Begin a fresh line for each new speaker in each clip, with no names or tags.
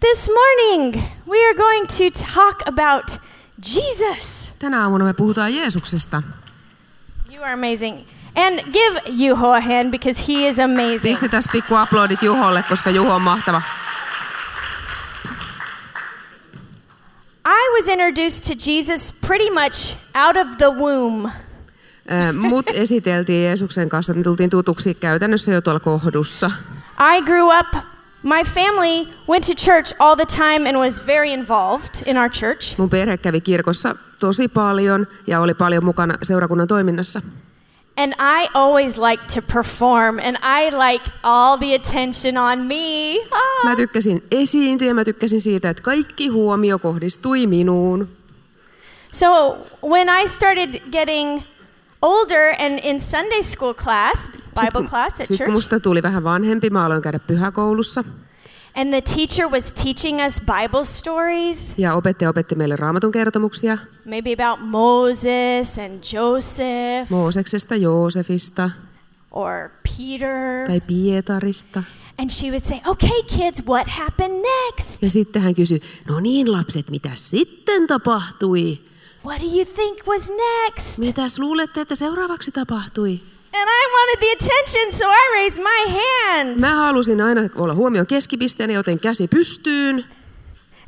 This morning, we are going to talk about Jesus.
Tänä aamuna me puhutaan Jeesuksesta.
You are amazing. And give Juho a hand because he is amazing.
Pistetään pikku aplodit Juholle, koska Juho on mahtava.
I was introduced to Jesus pretty much out of the womb.
Ö, Mut esiteltiin Jeesuksen kanssa, me tultiin tutuksi käytännössä jo tuolla kohdussa.
I grew up, my family went to church all the time and was very involved in our church.
Mun perhe kävi kirkossa tosi paljon ja oli paljon mukana seurakunnan toiminnassa.
And I always liked to perform, and I like all the attention on me. Ah.
Mä tykkäsin esiintyä ja mä tykkäsin siitä, että kaikki huomio kohdistui minuun.
So when I started getting older and in Sunday school class, Bible class at
Sitten kun
church,
musta tuli vähän vanhempi, mä aloin käydä pyhäkoulussa
and the teacher was teaching us Bible stories,
ja opettaja opetti meille raamatun kertomuksia
maybe about Moses and Joseph
Mooseksesta, Joosefista
or Peter,
tai Pietarista.
and she would say, "Okay, kids, what happened next?
Ja sitten hän kysyi, no niin lapset, mitä sitten tapahtui?
What do you think was next?"
Mitäs luulette, että seuraavaksi tapahtui?
And I wanted the attention, so I raised my hand,
Mä halusin aina olla huomion keskipisteenä, joten käsi pystyyn.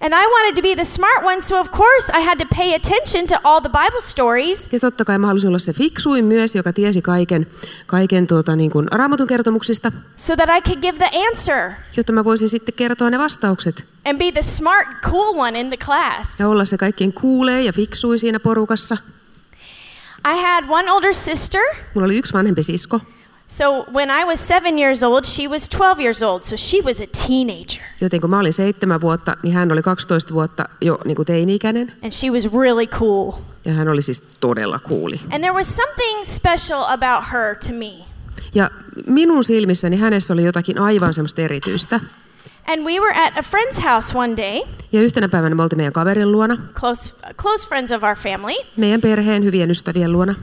and I wanted to be the smart one, so of course I had to pay attention to all the Bible stories.
Ja totta kai mä halusin olla se fiksuin myös, joka tiesi kaiken, kaiken tuota, niin kuin raamatun kertomuksista,
so that I could give the answer
jotta mä voisin sitten kertoa ne vastaukset.
and be the smart, cool one in the class.
Ja olla se kaikkien kuulee ja fiksui siinä porukassa.
I had one older sister,
Mulla oli yksi vanhempi sisko,
so when I was seven years old, she was 12 years old, so she was a teenager.
joten kun mä olin seitsemän vuotta, niin hän oli 12 vuotta jo niin kuin teini-ikäinen.
And she was really cool.
Ja hän oli siis todella kuuli.
And there was something special about her to me.
Ja minun silmissäni hänessä oli jotakin aivan semmoista erityistä.
And we were at a friend's house one day,
Ja yhtenä päivänä me oltiin meidän kaverin luona,
close, close friends of our family,
meidän perheen hyvien ystävien luona.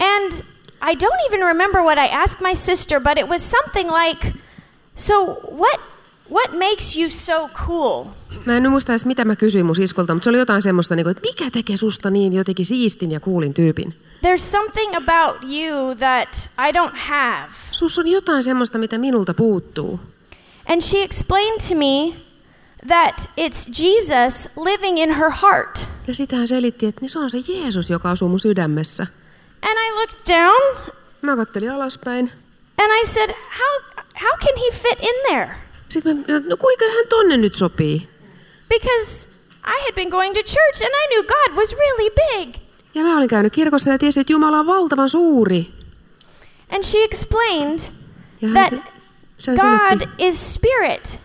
and I don't even remember what I asked my sister, but it was something like, "So what? What makes you so cool?"
Mä en nyt muista edes, mitä mä kysyin mun siskolta, mutta se oli jotain semmoista, niin kuin, että mikä tekee susta niin jotenkin siistin ja kuulin tyypin.
There's something about you that I don't have.
Sus on jotain semmoista, mitä minulta puuttuu.
And she explained to me that it's Jesus living in her heart.
Ja sitten hän selitti, että niin se on se Jeesus, joka asuu mun sydämessä.
And I looked down
Mä kattelin alaspäin.
and I said, How, how can he fit in there?
Sitten mä, no kuinka hän tonne nyt sopii?
Because I had been going to church and I knew God was really big.
Ja mä olin käynyt kirkossa ja tiesin, että Jumala on valtavan suuri.
And she explained
Ja hän,
that
se, se selitti,
God is spirit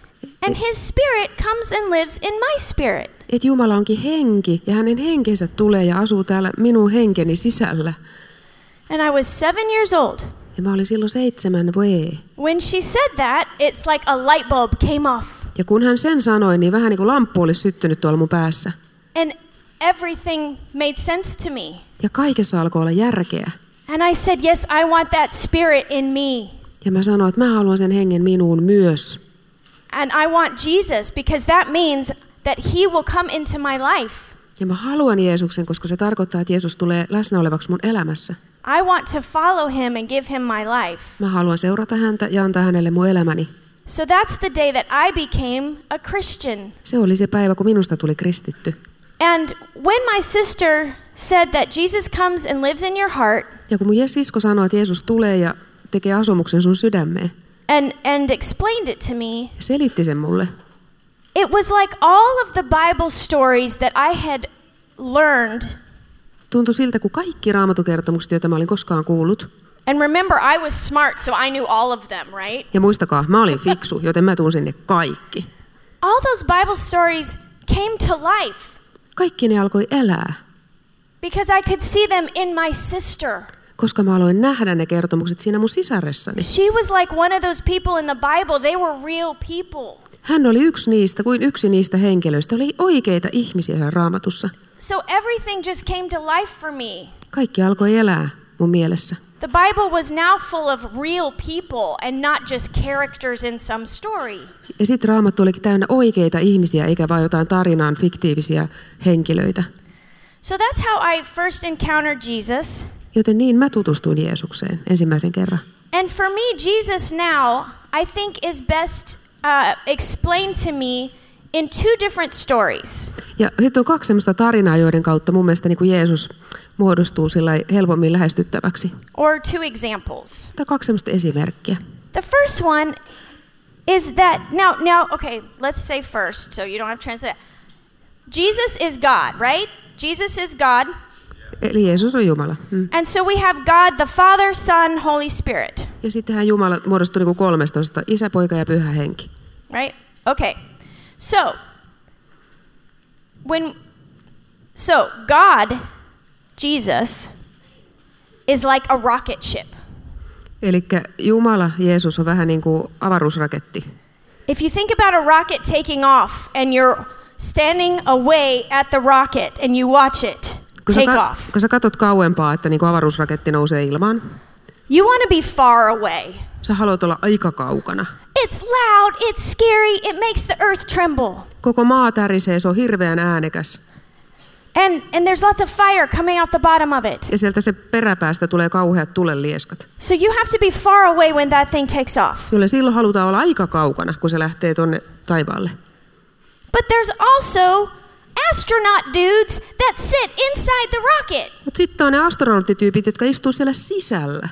and his spirit comes and lives in my spirit.
että Jumala onkin henki ja hänen henkensä tulee ja asuu täällä minun henkeni sisällä.
And I was seven years old.
Ja mä olin silloin seitsemän V.
When she said that, it's like a light bulb came off.
Ja kun hän sen sanoi, niin vähän niin kuin lamppu olisi syttynyt tuolla mun päässä.
And everything made sense to me.
Ja kaikessa alkoi olla järkeä.
And I said, Yes, I want that spirit in me.
Ja mä sanoin, että mä haluan sen hengen minuun myös.
And I want Jesus because that means that he will come into my life.
Ja mä haluan Jeesuksen, koska se tarkoittaa, että Jeesus tulee läsnä olevaksi mun elämässä.
I want to follow him and give him my life.
Mä haluan seurata häntä ja antaa hänelle mun elämäni.
So that's the day that I became a Christian.
Se oli se päivä, kun minusta tuli kristitty.
And when my sister said that Jesus comes and lives in your heart
Ja kun mun Jes- sisko sanoi, että Jeesus tulee ja tekee asumuksen sun sydämeen,
and, and explained it to me,
ja selitti sen mulle,
it was like all of the Bible stories that I had learned
tuntui siltä, kun kaikki raamatukertomukset, joita mä olin koskaan kuullut,
And remember, I was smart, so I knew all of them, right?
ja muistakaa, mä olin fiksu, joten mä tunsin ne kaikki.
All those Bible stories came to life
Kaikki ne alkoi elää.
because I could see them in my sister.
koska mä aloin nähdä ne kertomukset siinä mun sisaressani.
She was like one of those people in the Bible, they were real people.
Hän oli yksi niistä, kuin yksi niistä henkilöistä, oli oikeita ihmisiä siellä raamatussa.
So everything just came to life for me.
Kaikki alkoi elää. mun mielessä.
The Bible was now full of real people and not just characters in some story.
Ja sitten raamattu olikin täynnä oikeita ihmisiä, eikä vain jotain tarinaan fiktiivisiä henkilöitä.
So that's how I first encountered Jesus.
Joten niin mä tutustuin Jeesukseen ensimmäisen kerran.
And for me, Jesus now, I think, is best uh, explained to me in two different stories.
Ja sitten on kaksi sellaista tarinaa, joiden kautta mun mielestä niin kuin Jeesus muodostuu sillä lailla helpommin lähestyttäväksi.
or two examples.
Tai kaksi sellaista esimerkkiä.
The first one is that now now okay, let's say first so you don't have to translate. Jesus is God, right? Jesus is God.
Eli Jeesus on Jumala. Mm.
And so we have God the Father, Son, Holy Spirit,
Ja sittenhän Jumala muodostuu niin kolmesta osasta, isä, poika ja pyhä henki.
right? Okay. So when so God Jesus is like a rocket ship.
Eli Jumala, Jeesus on vähän niin kuin avaruusraketti.
If you think about a rocket taking off and you're standing away at the rocket and you watch it
Kun sä,
take
ka-
off,
kun sä katot kauempaa, että niin kuin avaruusraketti nousee ilmaan,
you want to be far away.
sä haluat olla aika kaukana.
It's loud, it's scary, it makes the earth tremble.
Koko maa tärisee, se on hirveän äänekäs.
And, and there's lots of fire coming out the bottom of it.
Ja sieltä se peräpäästä tulee kauheat tulenlieskat.
So you have to be far away when that thing takes off.
Jolle silloin halutaan olla aika kaukana, kun se lähtee tonne taivaalle.
But there's also astronaut dudes that sit inside the rocket.
Mutta sitten on ne astronauttityypit, jotka istuu siellä sisällä.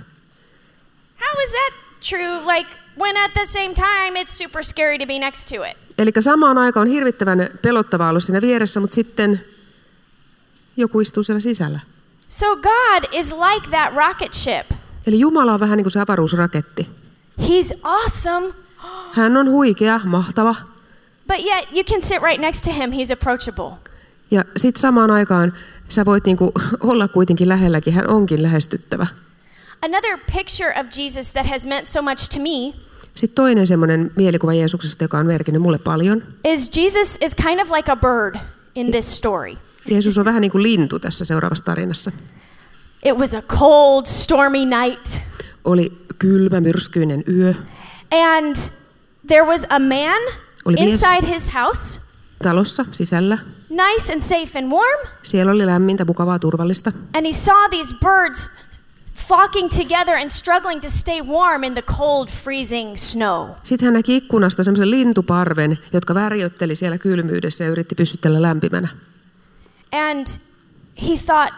How is that true? Like, when at the same time it's super scary to be next to it.
Eli samaan aikaan on hirvittävän pelottavaa olla siinä vieressä, mutta sitten joku istuu siellä sisällä.
So God is like that rocket ship.
Eli Jumala on vähän niin kuin se avaruusraketti.
He's awesome,
Hän on huikea, mahtava.
but yet you can sit right next to him. He's approachable.
Ja sitten samaan aikaan sä voit niin kuin olla kuitenkin lähelläkin, hän onkin lähestyttävä.
Another picture of Jesus that has meant so much to me
Sitten toinen semmoinen mielikuva Jeesuksesta, joka on merkinnyt mulle paljon.
is Jesus is kind of like a bird in this story.
Jeesus on vähän niin kuin lintu tässä seuraavassa tarinassa.
It was a cold, stormy night,
Oli kylmä, myrskyinen yö.
and there was a man
Oli mies.
inside his house,
Talossa, sisällä.
nice and safe and warm,
Siellä oli lämmintä, mukavaa, turvallista.
and he saw these birds flocking together and struggling to stay warm in the cold, freezing snow.
Sitten hän näki ikkunasta semmoisen lintuparven, jotka värjötteli siellä kylmyydessä ja yritti pysytellä lämpimänä.
And he thought,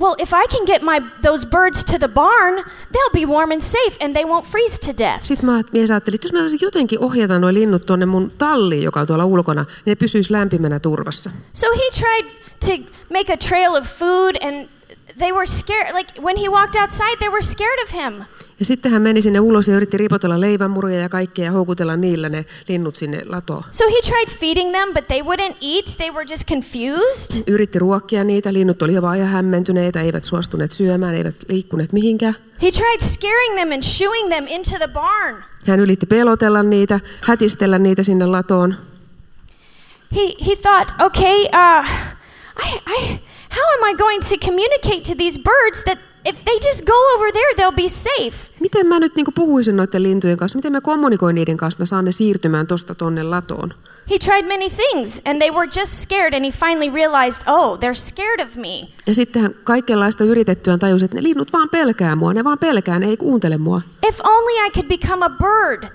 well, if I can get my those birds to the barn, they'll be warm and safe and they won't freeze to death.
Sitten mä mies ajattelin, että jos mä voisin jotenkin ohjata nuo linnut tuonne mun talliin, joka on tuolla ulkona, niin ne pysyis lämpimänä turvassa.
So he tried to make a trail of food and they were scared like when he walked outside they were scared of him.
Ja sitten hän meni sinne ulos ja yritti ripotella leivänmuruja ja kaikkea ja houkutella niillä ne linnut sinne latoon.
So he tried feeding them but they wouldn't eat. They were just confused.
Yritti ruokkia niitä, linnut oli vaan ihan hämmentyneitä, eivät suostuneet syömään, eivät liikkuneet mihinkään.
He tried scaring them and shooing them into the barn.
Hän yritti pelotella niitä, hätistellä niitä sinne latoon.
He he thought, "Okay, uh I I how am I going to communicate to these birds that if they just go over there they'll be safe?"
Miten mä nyt niin puhuisin noiden lintujen kanssa? Miten mä kommunikoin niiden kanssa? Mä saan ne siirtymään tosta tonne latoon.
He tried many things and they were just scared and he finally realized, oh, they're scared of me.
Ja sitten hän kaikenlaista yritettyään tajusi, että ne linnut vaan pelkää mua, ne vaan pelkää, ne ei kuuntele mua.
If only I could become a bird,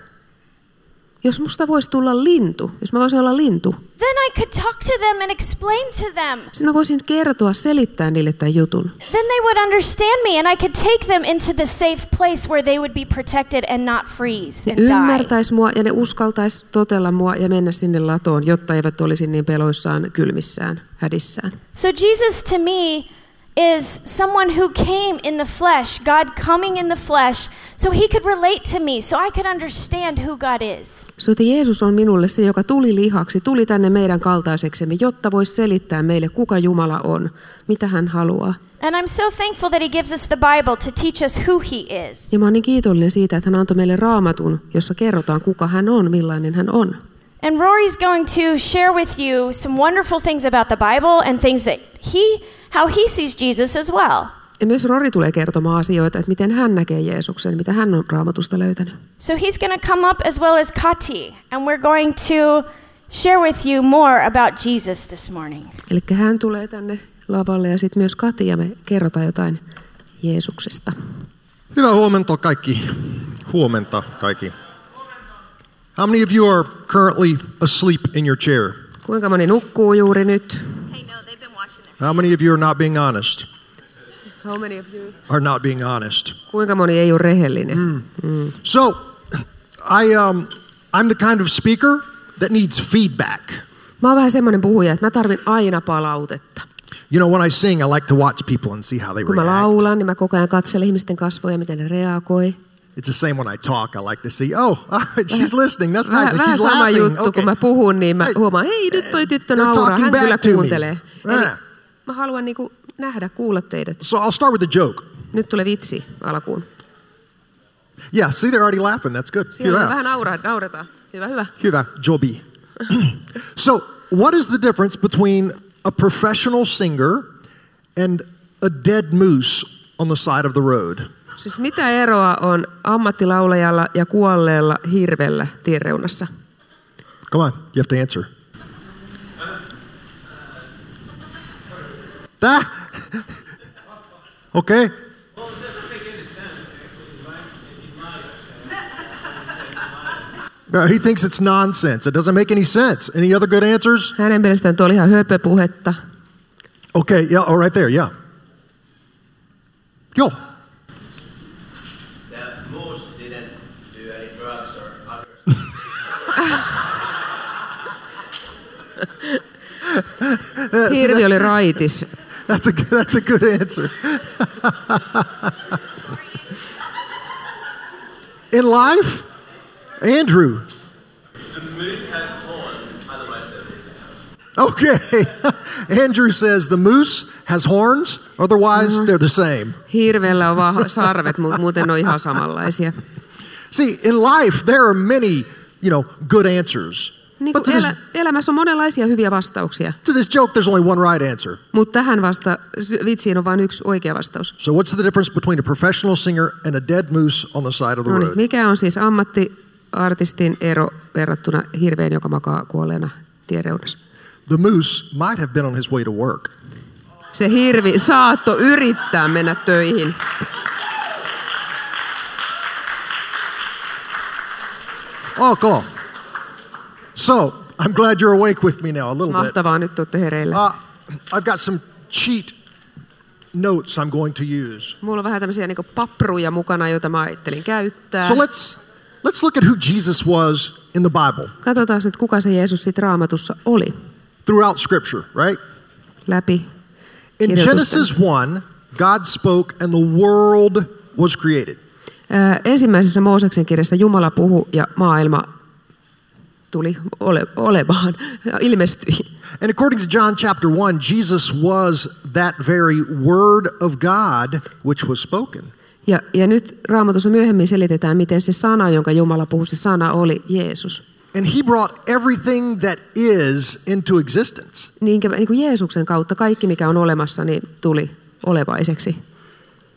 Jos musta voisi tulla lintu, jos mä voisin olla lintu,
then I could talk to them and explain to them.
sitten mä voisin kertoa, selittää niille tämän jutun.
Then they would understand me and I could take them into the safe place where they would be protected and not freeze
Ne
and die.
ymmärtäis mua ja ne uskaltais totella mua ja mennä sinne latoon, jotta eivät olisi niin peloissaan, kylmissään, hädissään.
So Jesus to me is someone who came in the flesh, God coming in the flesh, so he could relate to me, so I could understand who God is.
So, että Jeesus on minulle se, joka tuli lihaksi, tuli tänne meidän kaltaiseksemme, jotta voisi selittää meille, kuka Jumala on, mitä hän haluaa.
And I'm so thankful that he gives us the Bible to teach us who he is.
Ja mä oon niin kiitollinen siitä, että hän antoi meille raamatun, jossa kerrotaan, kuka hän on, millainen hän on.
And Rory's going to share with you some wonderful things about the Bible and things that he, how he sees Jesus as well.
Ja myös Rori tulee kertomaan asioita, että miten hän näkee Jeesuksen, mitä hän on raamatusta löytänyt.
So he's going to come up as well as Kati, and we're going to share with you more about Jesus this morning.
Eli hän tulee tänne lavalle ja sitten myös Kati ja me kerrotaan jotain Jeesuksesta.
Hyvää huomenta kaikki. Huomenta kaikki. How many of you are currently asleep in your chair?
Kuinka moni nukkuu juuri nyt?
How many of you are not being honest?
How many of you?
Are not being honest.
Kuinka moni ei ole rehellinen? Mm.
So, I um, I'm the kind of speaker that needs feedback.
Mä oon vähän semmoinen puhuja, että mä tarvin aina palautetta.
You know, when I sing, I like to watch people and see how they
Kun mä
react.
laulan, niin mä koko ajan katselen ihmisten kasvoja, miten ne reagoi.
It's the same when I talk. I like to see, oh, all right, she's listening. That's
Vähän,
nice. And
vähän
she's
sama
laughing.
juttu, kun mä
Okay.
puhun, niin mä
Hey,
huomaan, hei nyt toi tyttö
they're
nauraa,
talking
hän
back
kyllä
to me. Äh.
kuuntelee. Eli
Yeah.
mä haluan niinku nähdä, kuulla teidät.
So I'll start with a joke.
Nyt tulee vitsi alkuun.
Yeah, see, they're already laughing. That's good.
Siellä
Hyvä.
vähän nauraa, nauretaan. Hyvä, hyvä.
Hyvä. Jobi. so, what is the difference between a professional singer and a dead moose on the side of the road?
Siis mitä eroa on ammattilaulajalla ja kuolleella hirvellä tienreunassa?
Come on, you have to answer. That? Ah! Okay. No, he thinks it's nonsense. It doesn't make any sense. Any other good answers?
Hänen mielestään tuo oli ihan höpöpuhetta.
Okay, yeah, oh, right there, yeah. Yo,
that moose didn't do any drugs or other
Äh,
Hirvi oli raitis.
that's a good, that's a good answer. In life, Andrew.
The moose has horns, otherwise they're missing.
Okay. Andrew says the moose has horns, otherwise they're the same.
Hirvellä on vaan sarvet, mutta muuten ne on ihan samanlaisia.
See, in life there are many, you know, good answers.
Niin
But
kuin
to
elä,
this,
elämässä on monenlaisia hyviä vastauksia,
to this joke there's only one right answer.
mutta tähän vasta sy- vitsiin on vain yksi oikea vastaus.
So what's the difference between a professional singer and a dead moose on the side of the
No niin,
road?
mikä on siis ammattiartistin ero verrattuna hirveen, joka makaa kuolleena tienreunassa?
The moose might have been on his way to work.
Se hirvi saatto yrittää mennä töihin.
Oh, cool. So I'm glad you're awake with me now a little bit.
Mahtavaa, nyt olette hereillä.
Uh, I've got some cheat notes I'm going to use.
Mulla on vähän tämmöisiä niin papruja mukana, joita mä ajattelin käyttää.
So let's let's look at who Jesus was in the Bible
Katsotaan nyt, kuka se Jeesus sitten raamatussa oli
throughout Scripture, right?
läpi.
In
Kirjoitusten.
Genesis one, God spoke and the world was created.
Ö, Ensimmäisessä Mooseksen kirjassa Jumala puhu ja maailma tuli ole, olemaan, ilmestyi.
And according to John chapter one, Jesus was that very Word of God which was spoken.
Ja, ja nyt raamatussa myöhemmin selitetään, miten se sana, jonka Jumala puhui, se sana oli Jeesus.
And He brought everything that is into existence.
Niin, niin kuin Jeesuksen kautta kaikki, mikä on olemassa, niin tuli olevaiseksi.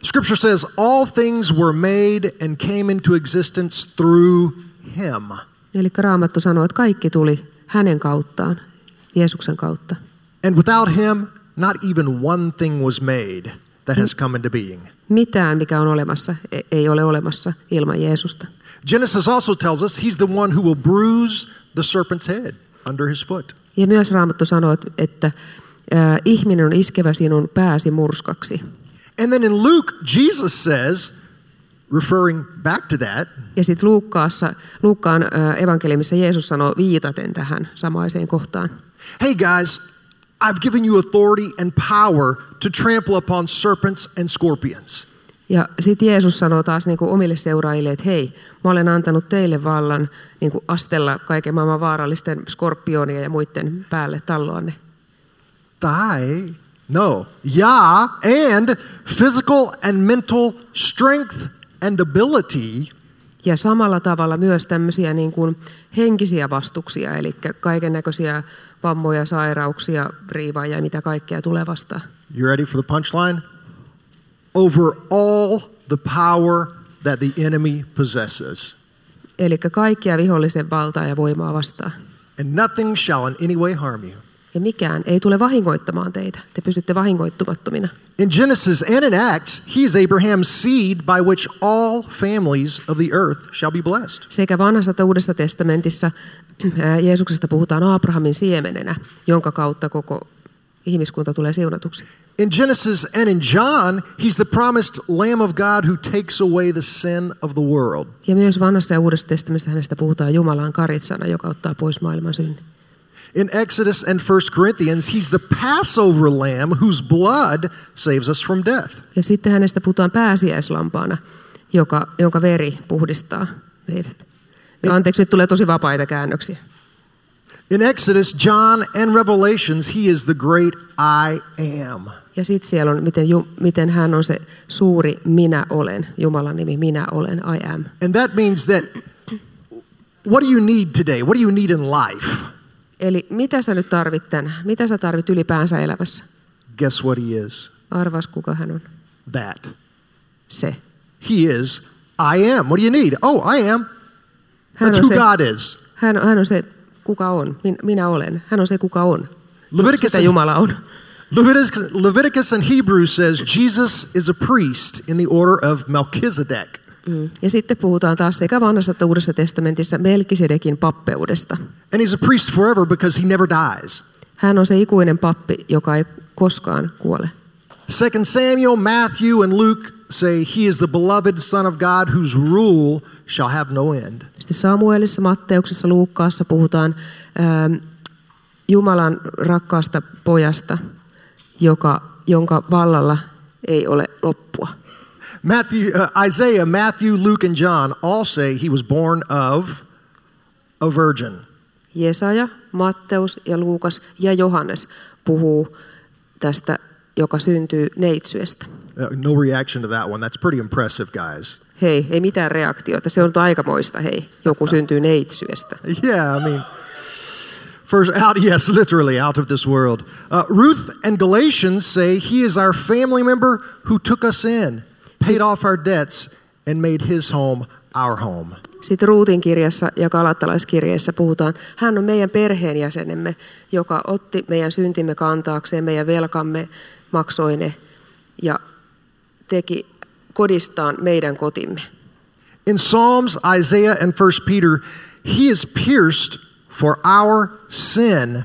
Scripture says all things were made and came into existence through Him.
Eli raamattu sanoo, että kaikki tuli hänen kauttaan, Jeesuksen kautta.
And without him, not even one thing was made that has come into being.
Mitään, mikä on olemassa, e- ei ole olemassa ilman Jeesusta.
Genesis also tells us he's the one who will bruise the serpent's head under his foot.
Ja myös Raamattu sanoo, että- että ää, ihminen on iskevä sinun pääsi murskaksi.
And then in Luke, Jesus says, referring back to that,
Ja sitten Luukkaassa, Luukkaan ää, evankeliumissa Jeesus sanoo viitaten tähän samaiseen kohtaan.
hey guys, I've given you authority and power to trample upon serpents and scorpions.
Ja sitten Jeesus sanoo taas niin kuin omille seuraajille, että hei, mä olen antanut teille vallan niin kuin astella kaiken maailman vaarallisten skorpionien ja muiden päälle talloanne.
Thy, no, Yah, and physical and mental strength and ability
Ja samalla tavalla myös tämmöisiä niin kuin henkisiä vastuksia, eli kaiken näköisiä vammoja, sairauksia, riivaa ja mitä kaikkea tulee vastaan.
You ready for the punchline? over all the power that the enemy possesses.
Eli kaikkia vihollisen valtaa ja voimaa vastaan.
And nothing shall in any way harm you.
Ja mikään ei tule vahingoittamaan teitä. Te pysytte vahingoittumattomina.
In Genesis and in Acts, he is Abraham's seed by which all families of the earth shall be blessed.
Sekä vanhassa että uudessa testamentissa ää, Jeesuksesta puhutaan Abrahamin siemenenä, jonka kautta koko ihmiskunta tulee siunatuksi.
In Genesis and in John, he's the promised Lamb of God who takes away the sin of the world.
Ja myös vanhassa ja uudessa testamentissa hänestä puhutaan Jumalan karitsana, joka ottaa pois maailman synnin.
In Exodus and 1 Corinthians, he's the Passover lamb whose blood saves us from death.
Ja sitten hänestä puhutaan pääsiäislampaana, joka, jonka veri puhdistaa meidät. No anteeksi, nyt tulee tosi vapaita käännöksiä.
In Exodus, John, and Revelations, he is the great I am.
Ja sitten siellä on, miten, Ju- miten hän on se suuri minä olen, Jumalan nimi minä olen, I am.
And that means that what do you need today? What do you need in life?
Eli mitä sä nyt tarvit tänään? Mitä sä tarvit ylipäänsä elämässä?
Guess what he is?
Arvas, kuka hän on?
That.
Se.
He is I am. What do you need? Oh, I am.
Hän
That's
on
who
se,
God is.
hän, on- hän on se kuka on. Min, minä olen. Hän on se, kuka on.
Leviticus
Sitä
and,
Jumala on.
Leviticus, Leviticus and Hebrews says Jesus is a priest in the order of Melchizedek.
Ja sitten puhutaan taas sekä vanhassa että uudessa testamentissa Melkisedekin pappeudesta.
And he's a priest forever because he never dies.
Hän on se ikuinen pappi, joka ei koskaan kuole.
Second Samuel, Matthew, and Luke say he is the beloved Son of God whose rule shall have no end.
Sitten Samuelissa, Matteuksessa, Luukkaassa puhutaan ähm, Jumalan rakkaasta pojasta, joka, jonka vallalla ei ole loppua.
Matthew, uh, Isaiah, Matthew, Luke, and John all say he was born of a virgin.
Jesaja, Matteus ja Luukas ja Johannes puhuu tästä, joka syntyy neitsyestä.
Uh, no reaction to that one. That's pretty impressive, guys.
Hei, ei mitään reaktiota. Se on nyt aikamoista, hei. Joku syntyy neitsyestä.
Yeah, I mean, first out, yes, literally out of this world. Uh, Ruth and Galatians say he is our family member who took us in, paid off our debts, and made his home our home.
Sitten Ruutin kirjassa ja Galattalaiskirjeessä puhutaan, hän on meidän perheenjäsenemme, joka otti meidän syntimme kantaakseen, meidän velkamme maksoi ne ja teki kodistaan meidän kotimme.
In Psalms, Isaiah, and 1 Peter, he is pierced for our sin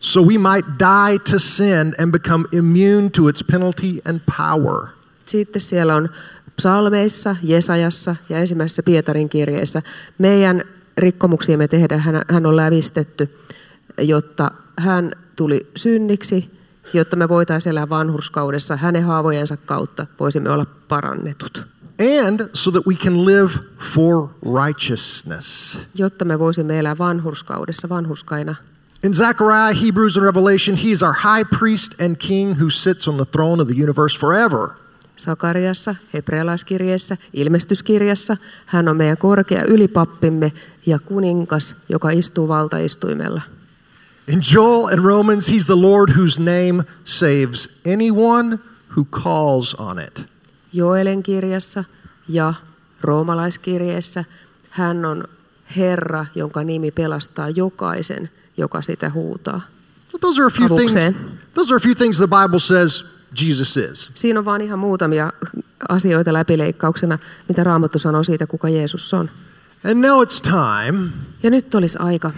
so we might die to sin and become immune to its penalty and power.
Sitten siellä on psalmeissa, Jesajassa ja ensimmäisessä Pietarin kirjeessä. Meidän rikkomuksiamme tehdä hän, hän on lävistetty, jotta hän tuli synniksi, jotta me voitaisiin elää vanhurskaudessa hänen haavojensa kautta, voisimme olla parannetut.
And so that we can live for righteousness.
Jotta me voisimme elää vanhurskaudessa vanhurskaina.
In Zechariah, Hebrews, and Revelation, he is our high priest and king who sits on the throne of the universe forever.
Sakariassa, hebrealaiskirjeessä, ilmestyskirjassa, hän on meidän korkea ylipappimme ja kuningas, joka istuu valtaistuimella.
In Joel and Romans, he's the Lord whose name saves anyone who calls on it.
Joelen kirjassa ja roomalaiskirjeessä hän on Herra, jonka nimi pelastaa jokaisen, joka sitä huutaa.
But those are a few things.
Avukseen.
Those are a few things the Bible says Jesus is.
Siinä on vaan ihan muutamia asioita läpileikkauksena, mitä Raamattu sanoo siitä, kuka Jeesus on.
And now it's time
Ja nyt olisi aika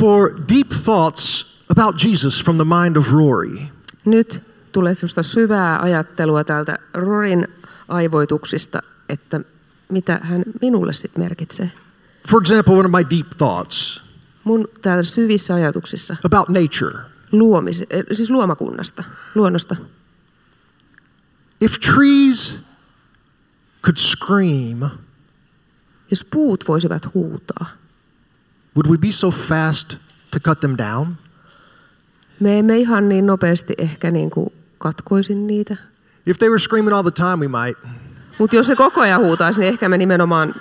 for deep thoughts about Jesus from the mind of Rory.
Nyt tulee sellaista syvää ajattelua täältä Rorin aivoituksista, että mitä hän minulle sitten merkitsee.
For example, one of my deep thoughts
Mun täällä syvissä ajatuksissa,
about nature.
luomis, eh, siis luomakunnasta, luonnosta.
If trees could scream,
Jos puut voisivat huutaa,
would we be so fast to cut them down?
me emme ihan niin nopeasti ehkä niin kuin katkoisin niitä.
If they were screaming all the time, we might.
Mutta jos se koko ajan huutaisi, niin ehkä me nimenomaan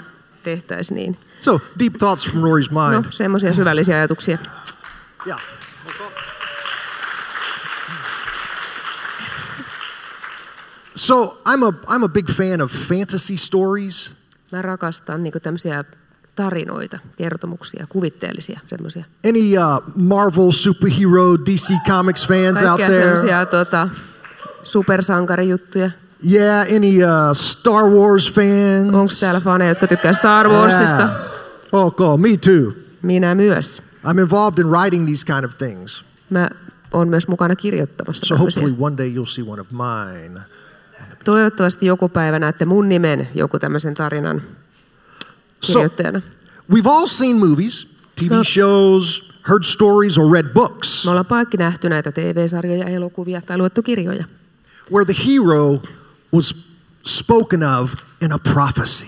tehtäisiin niin.
So, deep thoughts from Rory's
No,
mind.
semmoisia syvällisiä ajatuksia.
Yeah. So I'm a, I'm a big fan of fantasy stories.
Mä rakastan niin tämmöisiä tarinoita, kertomuksia, kuvitteellisia semmoisia.
Any uh, Marvel superhero DC Comics fans out
Kaikkia
there?
semmoisia tota, supersankarijuttuja.
Yeah, any uh, Star Wars fans?
Onko täällä faneja, jotka tykkää Oh, Star Warsista?
Yeah. Oh, cool. Me too.
Minä myös.
I'm involved in writing these kind of things.
Mä oon myös mukana kirjoittamassa
So
tämmöisiä.
hopefully one day you'll see one of mine.
Toivottavasti joku päivä näette mun nimen joku tämmöisen tarinan
So
kirjoittajana.
we've all seen movies, TV
No.
shows, heard stories, or read books
Me ollaan kaikki nähty näitä TV-sarjoja, elokuvia tai luettu kirjoja,
where the hero was spoken of in a prophecy.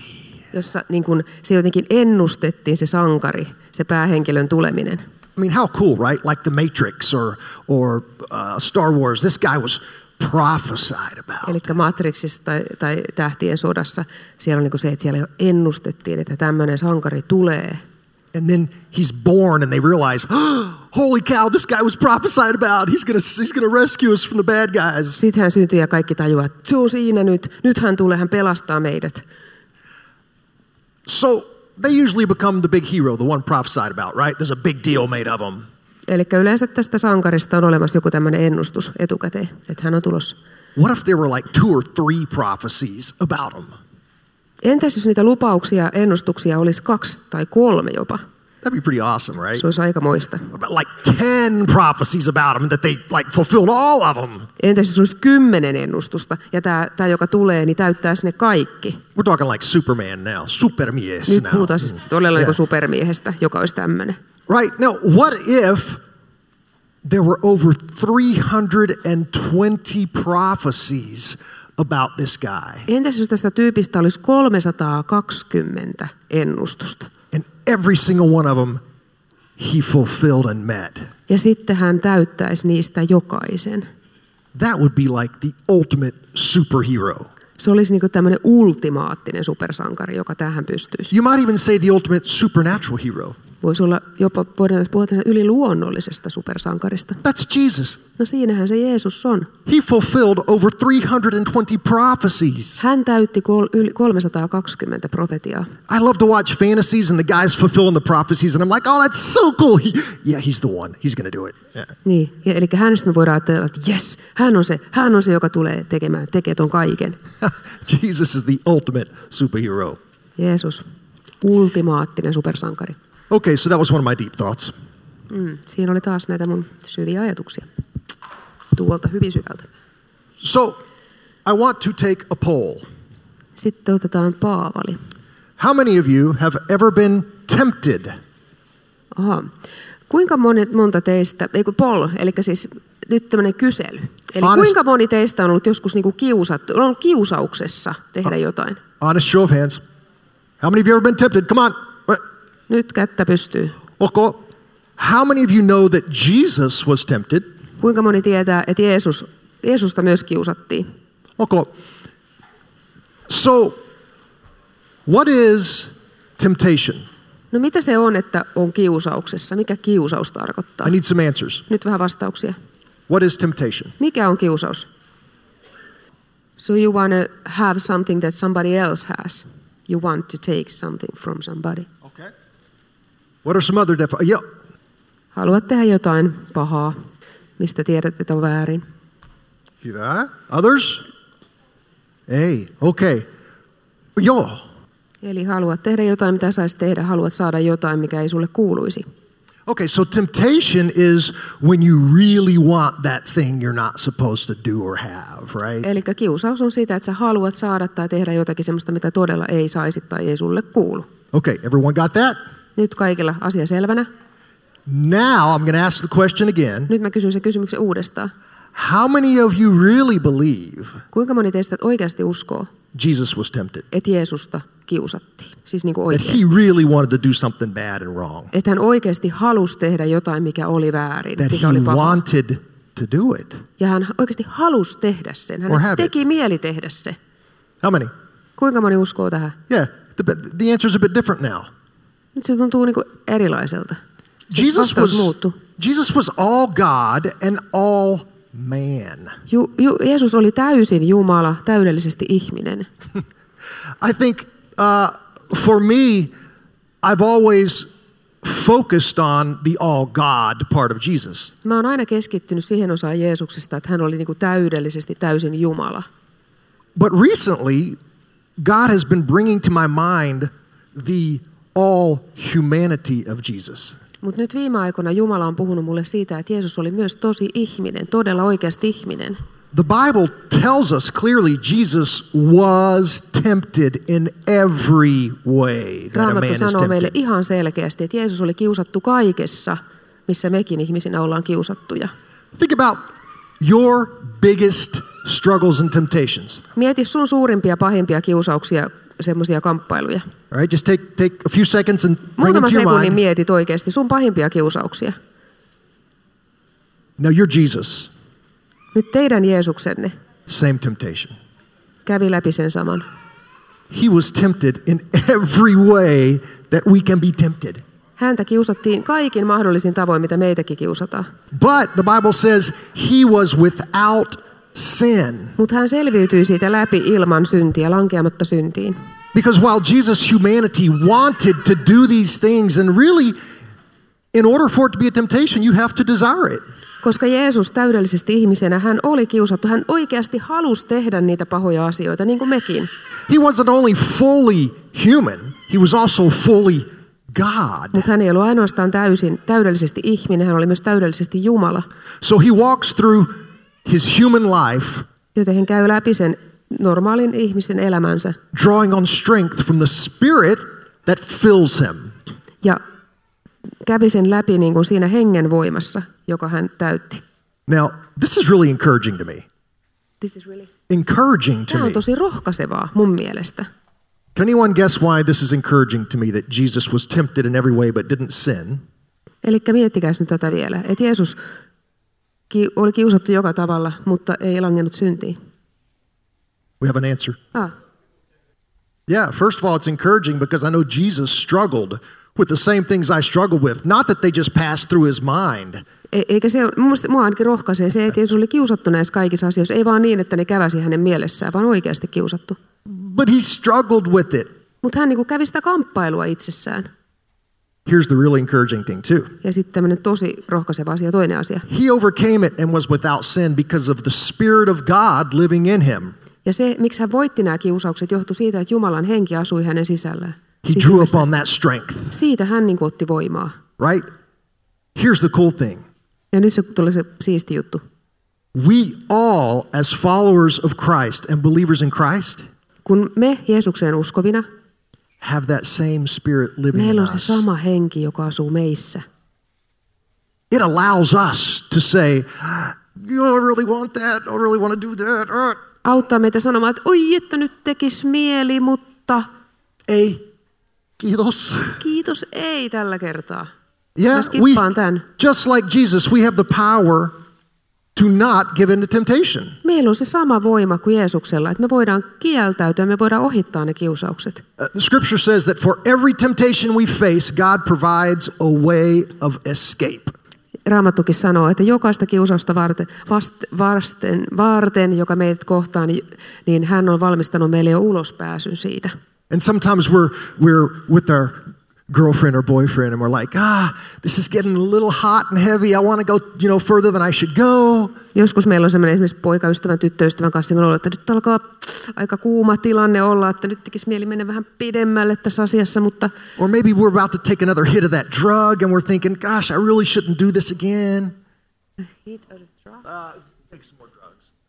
jossa niin kun se jotenkin ennustettiin se sankari, se päähenkilön tuleminen.
I mean, how cool, right? Like The Matrix or, or uh, Star Wars. This guy was prophesied about.
Eli Matrixissa tai, tai Tähtien sodassa siellä on niin kuin se, että siellä jo ennustettiin, että tämmöinen sankari tulee.
And then he's born, and they realize, "Oh, holy cow, this guy was prophesied about. He's going to he's gonna rescue us from the bad guys.
Sitten hän syntyy ja kaikki tajuaa, että se on siinä nyt, nyt hän tulee, hän pelastaa meidät.
So they usually become the big hero, the one prophesied about, right? There's a big deal made of him.
Eli yleensä tästä sankarista on olemassa joku tämmöinen ennustus etukäteen, että hän on tulossa.
What if there were like two or three prophecies about him?
Entäs jos niitä lupauksia, ennustuksia olisi kaksi tai kolme jopa?
That'd be pretty awesome, right?
Se olisi aika moista.
About like 10 prophecies about him that they like fulfilled all of them.
Entäs jos olisi kymmenen ennustusta ja tämä, tämä joka tulee, niin täyttää sinne kaikki?
We're talking like Superman now, Supermies
Nyt
now.
puhutaan siis todella
Yeah.
niin supermiehestä, joka olisi tämmöinen.
Right. Now, what if there were over 320 prophecies about this guy
Entäs jos tästä tyypistä olisi 320 ennustusta?
and every single one of them he fulfilled and met?
Ja sitten hän täyttäisi niistä jokaisen.
That would be like the ultimate superhero.
Se olisi niin tämmöinen ultimaattinen supersankari, joka tähän pystyisi.
You might even say the ultimate supernatural hero.
Voisi olla jopa, voidaan puhua tästä yliluonnollisesta supersankarista.
That's Jesus.
No siinähän se Jeesus on.
He fulfilled over 320 prophecies.
Hän täytti kol- yli 320 profetiaa.
I love to watch fantasies and the guys fulfilling the prophecies, and I'm like, oh, that's so cool. He, yeah, he's the one. He's going to do it. Yeah.
Niin, ja, eli hänestä me voidaan ajatella, että jes, hän on se, hän on se, joka tulee tekemään, tekee ton kaiken.
Jesus is the ultimate superhero.
Jeesus, ultimaattinen supersankari.
Okay, so that was one of my deep thoughts.
Mm, siinä oli taas näitä mun syviä ajatuksia. Tuolta hyvin syvältä.
So I want to take a poll.
Sitten otetaan Paavali.
How many of you have ever been tempted?
Aha. Kuinka monet, monta teistä, ei kun Paul, eli siis nyt tämmöinen kysely. Eli
Honest-
kuinka moni teistä on ollut joskus niinku kiusattu, on ollut kiusauksessa tehdä jotain?
Honest show of hands. How many of you have ever been tempted? Come on. What?
Nyt kättä pystyy.
Okay. How many of you know that Jesus was tempted?
Kuinka moni tietää, että Jeesus, Jeesusta myös kiusattiin?
Okay. So, what is temptation?
No mitä se on, että on kiusauksessa? Mikä kiusaus tarkoittaa?
I need some answers.
Nyt vähän vastauksia.
What is temptation?
Mikä on kiusaus? So you want to have something that somebody else has. You want to take something from somebody.
Okay. What are some other definitions? Yeah.
Haluat tehdä jotain pahaa, mistä tiedät, että on väärin.
Hyvä. Others? Ei. Okay. Joo.
Eli haluat tehdä jotain, mitä saisi tehdä. Haluat saada jotain, mikä ei sulle kuuluisi.
Okay, so temptation is when you really want that thing you're not supposed to do or have, right?
Eli kiusaus on sitä, että sä haluat saada tai tehdä jotakin sellaista, mitä todella ei saisi tai ei sulle kuulu.
Okay, everyone got that?
Nyt kaikilla asia selvänä.
Now I'm going to ask the question again.
Nyt mä kysyn sen kysymyksen uudestaan.
How many of you really believe
Kuinka moni teistä oikeasti uskoo,
Jesus was tempted?
että Jeesusta kiusattiin? Siis niin kuin
That he
oikeasti.
really wanted to do something bad and wrong.
Että hän oikeasti halusi tehdä jotain, mikä oli väärin,
That he
mikä oli paha.
wanted to do it.
Ja hän oikeasti halusi tehdä sen.
Or
Hän
have
teki mieli tehdä se.
How many?
Kuinka moni uskoo tähän?
Yeah, the, the answer's a bit different now.
Nyt se tuntuu niin kuin erilaiselta. Se
Jesus
vastaus
was,
muuttui.
Jesus was all God and all man.
Ju, Ju, Jeesus oli täysin Jumala, täydellisesti ihminen.
I think uh, for me, I've always focused on the all God part of Jesus.
Mä oon aina keskittynyt siihen osaan Jeesuksesta, että hän oli niin kuin täydellisesti täysin Jumala.
But recently, God has been bringing to my mind the all humanity of Jesus.
Mutta nyt viime aikoina Jumala on puhunut mulle siitä, että Jeesus oli myös tosi ihminen, todella oikeasti ihminen.
The Bible tells us clearly Jesus was tempted in every way that a man
Raamattu
is
sanoo meille
tempted.
ihan selkeästi, että Jeesus oli kiusattu kaikessa, missä mekin ihmisinä ollaan kiusattuja.
Think about your biggest struggles and temptations.
Mieti sun suurimpia, pahimpia kiusauksia, semmoisia kamppailuja.
All right, just take take a few seconds and bring them
Muutama
to your
sekunnin
mind.
mietit oikeasti sun pahimpia kiusauksia.
Now you're Jesus.
Nyt teidän Jeesuksenne
Same temptation.
kävi läpi sen saman.
He was tempted in every way that we can be tempted.
Häntä kiusattiin kaikin mahdollisin tavoin, mitä meitäkin kiusataan.
But the Bible says he was without sin.
Mutta hän selviytyi siitä läpi ilman syntiä, lankeamatta syntiin.
Because while Jesus' humanity wanted to do these things, and really, in order for it to be a temptation, you have to desire it.
Koska Jeesus täydellisesti ihmisenä, hän oli kiusattu. Hän oikeasti halusi tehdä niitä pahoja asioita, niin kuin mekin.
He wasn't only fully human, he was also fully God.
Mutta hän ei ollut ainoastaan täysin, täydellisesti ihminen, hän oli myös täydellisesti Jumala.
So he walks through his human life,
Joten hän käy läpi sen normaalin ihmisen elämänsä
drawing on strength from the Spirit that fills him.
ja kävi sen läpi niin kuin siinä hengen voimassa, joka hän täytti.
Now, this is really encouraging to me.
This is really...
Encouraging to
Tämä on
me.
tosi rohkaisevaa mun mielestä.
Can anyone guess why this is encouraging to me that Jesus was tempted in every way but didn't sin?
Eli miettikääs nyt tätä vielä, että Jeesus ki- oli kiusattu joka tavalla, mutta ei langennut syntiin.
We have an answer.
Ah,
Yeah, first of all, it's encouraging because I know Jesus struggled with the same things I struggle with. Not that they just passed through his mind,
E- Eikä se, mun mielestä- mua ainakin rohkaisee se, että Jeesus oli kiusattu näissä kaikissa asioissa. Ei vaan niin, että ne käväsi hänen mielessään, vaan oikeasti kiusattu.
but he struggled with it.
Mutta hän niin kävi sitä kamppailua itsessään.
Here's the really encouraging thing, too.
Ja sitten tämmöinen tosi rohkaiseva asia, toinen asia.
He overcame it and was without sin because of the Spirit of God living in him.
Ja se, miksi hän voitti nämä kiusaukset, johtui siitä, että Jumalan henki asui hänen sisällään. Siis niinku
He drew up on that strength,
Siitä hän niin otti voimaa.
right? Here's the cool thing
Ja nyt se tuli se siisti juttu.
we all, as followers of Christ and believers in Christ,
Kun me Jeesukseen uskovina,
have that same spirit living in
meillä on se
us.
sama henki, joka asuu meissä.
It allows us to say, "Ah, you know, I really want that. I really want to do that. ah."
Auttaa meitä sanomaan, että oi, että nyt tekis mieli, mutta
Ei, kiitos.
Kiitos ei tällä kertaa.
Yeah,
Mä skippaan tämän.
just like Jesus, we have the power to not give in to temptation.
Meillä on se sama voima kuin Jeesuksella, että me voidaan kieltäytyä, me voidaan ohittaa ne kiusaukset.
Uh, the scripture says that for every temptation we face, God provides a way of escape.
Raamattukin sanoo, että jokaista kiusausta varten, vast, varsten, varten joka meidät kohtaa, niin, niin hän on valmistanut meille jo ulospääsyn siitä.
And sometimes we're, we're with our girlfriend or boyfriend and we're like, ah, this is getting a little hot and heavy. I want to go, you know, further than I should go.
Joskus meillä on sellainen esimerkiksi poikaystävän, tyttöystävän kanssa, me ollaan, että nyt alkaa aika kuuma tilanne olla, että nyt tekisi mieli mennä vähän pidemmälle tässä asiassa, mutta
Or maybe we're about to take another hit of that drug and we're thinking, gosh, I really shouldn't do this again.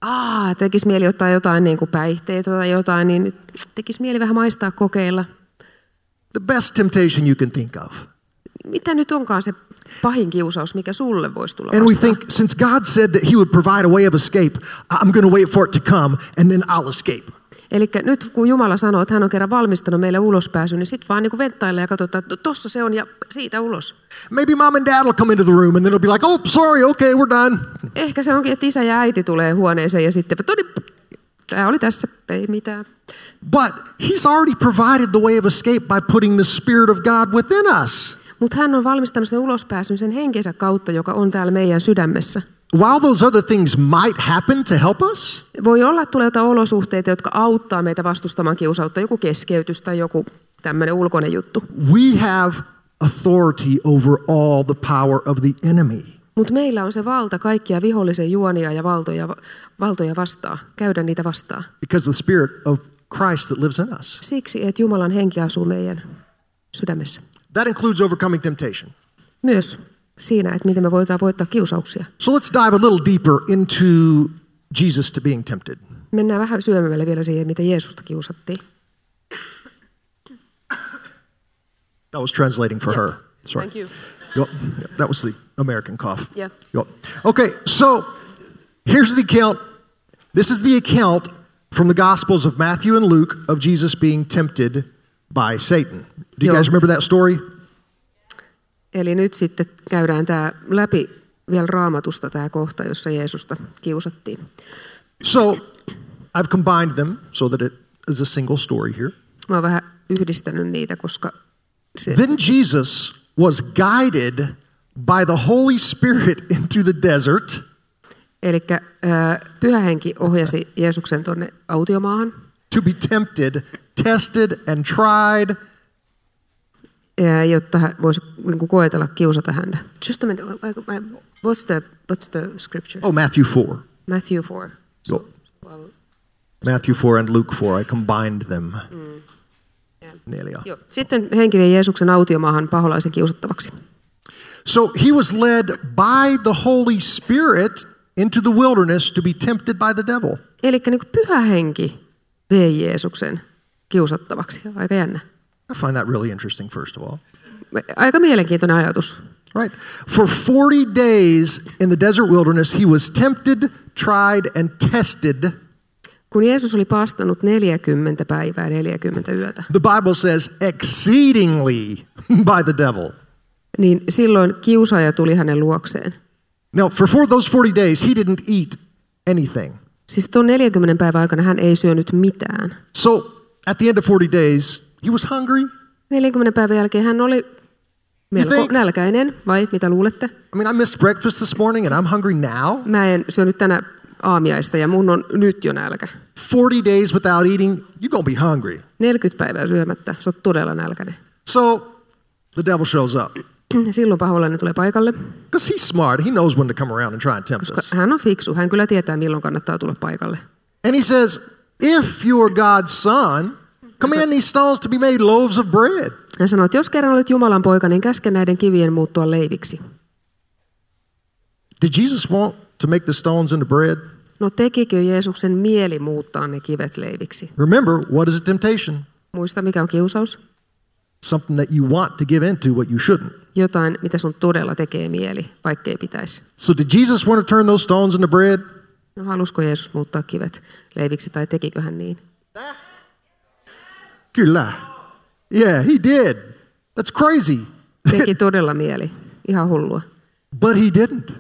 Aa, tekisi mieli ottaa jotain niin kuin päihteitä tai jotain, niin nyt tekisi mieli vähän maistaa kokeilla.
The best temptation you can think of.
Mitä nyt onkaan se pahin kiusaus, mikä sulle voisi tulla
And we
vastaan?
think, since God said that He would provide a way of escape, I- I'm going to wait for it to come and then I'll escape.
Eli nyt kun Jumala sanoo, että hän on kerran valmistanut meille ulospääsyn, niin sitten vaan niin venttailla ja katsotaan, että tossa se on ja siitä ulos.
Maybe mom and dad will come into the room and then it'll be like, oh, sorry, okay, we're done.
Ehkä se onkin, että isä ja äiti tulee huoneeseen ja sitten, todi, tämä oli tässä, ei mitään.
But He's already provided the way of escape by putting the Spirit of God within us.
Mutta hän on valmistanut sen ulospääsyn sen henkensä kautta, joka on täällä meidän sydämessä.
while those other things might happen to help us,
Voi olla, että tulee jotain olosuhteita, jotka auttaa meitä vastustamaan kiusautta, joku keskeytys tai joku tämmöinen ulkoinen juttu.
we have authority over all the power of the enemy.
Mutta meillä on se valta kaikkia vihollisen juonia ja valtoja, valtoja vastaan, käydä niitä vastaan.
because of the Spirit of Christ that lives in us.
Siksi, että Jumalan henki asuu meidän sydämessä.
That includes overcoming temptation.
Myös siinä, että miten me voidaan voittaa kiusauksia.
So let's dive a little deeper into Jesus to being tempted.
Mennään vähän syömällä vielä siihen, miten Jeesusta kiusattiin.
That was translating for her. Sorry.
Thank you.
Yup. Yep. That was the American cough.
Yeah.
Yup. Okay, so here's the account. This is the account from the Gospels of Matthew and Luke of Jesus being tempted by Satan. Do you
Joo.
guys remember that story?
Eli nyt sitten käydään tämä läpi vielä raamatusta tämä kohta, jossa Jeesusta kiusattiin.
So I've combined them so that it is a single story here.
Mä oon vähän yhdistänyt niitä, koska se,
Then Jesus was guided by the Holy Spirit into the desert
eli pyhä henki ohjasi Jeesuksen tuonne autiomaahan
to be tempted, tested, and tried.
ää, jotta hän voisi niin kuin koetella kiusata häntä. Just a minute, I- I- what's the, what's the scripture?
Oh, Matthew 4.
Matthew 4.
Go. Matthew 4 and Luke 4. I combined them. Neljä.
Joo. Sitten henki vei Jeesuksen autiomaahan paholaisen kiusattavaksi.
So he was led by the Holy Spirit into the wilderness to be tempted by the devil.
Eli niin pyhä henki vei Jeesuksen kiusattavaksi. Aika jännä.
I find that really interesting, first of all.
Aika mielenkiintoinen ajatus.
Right. For 40 days in the desert wilderness, he was tempted, tried, and tested.
Kun Jeesus oli paastanut 40 päivää 40 yötä,
the Bible says, exceedingly by the devil.
niin silloin kiusaaja tuli hänen luokseen.
Now, for four, those 40 days, he didn't eat anything.
Siis tuon 40 päivän aikana hän ei syönyt mitään.
So at the end of 40 days, he was hungry.
40 päivän jälkeen hän oli melko
Miten-
nälkäinen, vai mitä luulette?
I mean, I missed breakfast this morning and I'm hungry now.
Mä en syönyt tänä aamiaista ja mun on nyt jo nälkä.
40 days without eating, you're going to be hungry.
40 päivää syömättä, sä oot todella nälkäinen.
So the devil shows up
Silloin paholainen tulee paikalle,
because he's smart. He knows when to come around and try and tempt
koska
us.
hän on fiksu. Hän kyllä tietää, milloin kannattaa tulla paikalle.
And he says, If you are God's son, command these stones to be made loaves of bread.
Hän sanoi, että jos kerran olet Jumalan poika, niin käske näiden kivien muuttua leiviksi.
Did Jesus want to make the stones into bread?
No tekikö Jeesuksen mieli muuttaa ne kivet leiviksi?
Remember, what is a temptation?
Muista, mikä on kiusaus?
something that you want to give into what you shouldn't.
Jotain, mitä sun todella tekee mieli, vaikkei pitäisi.
So did Jesus want to turn those stones into bread?
No halusko Jeesus muuttaa kivet leiviksi tai tekikö hän niin?
Kyllä. Yeah, he did. That's crazy.
Teki todella mieli. Ihan hullua.
But he didn't.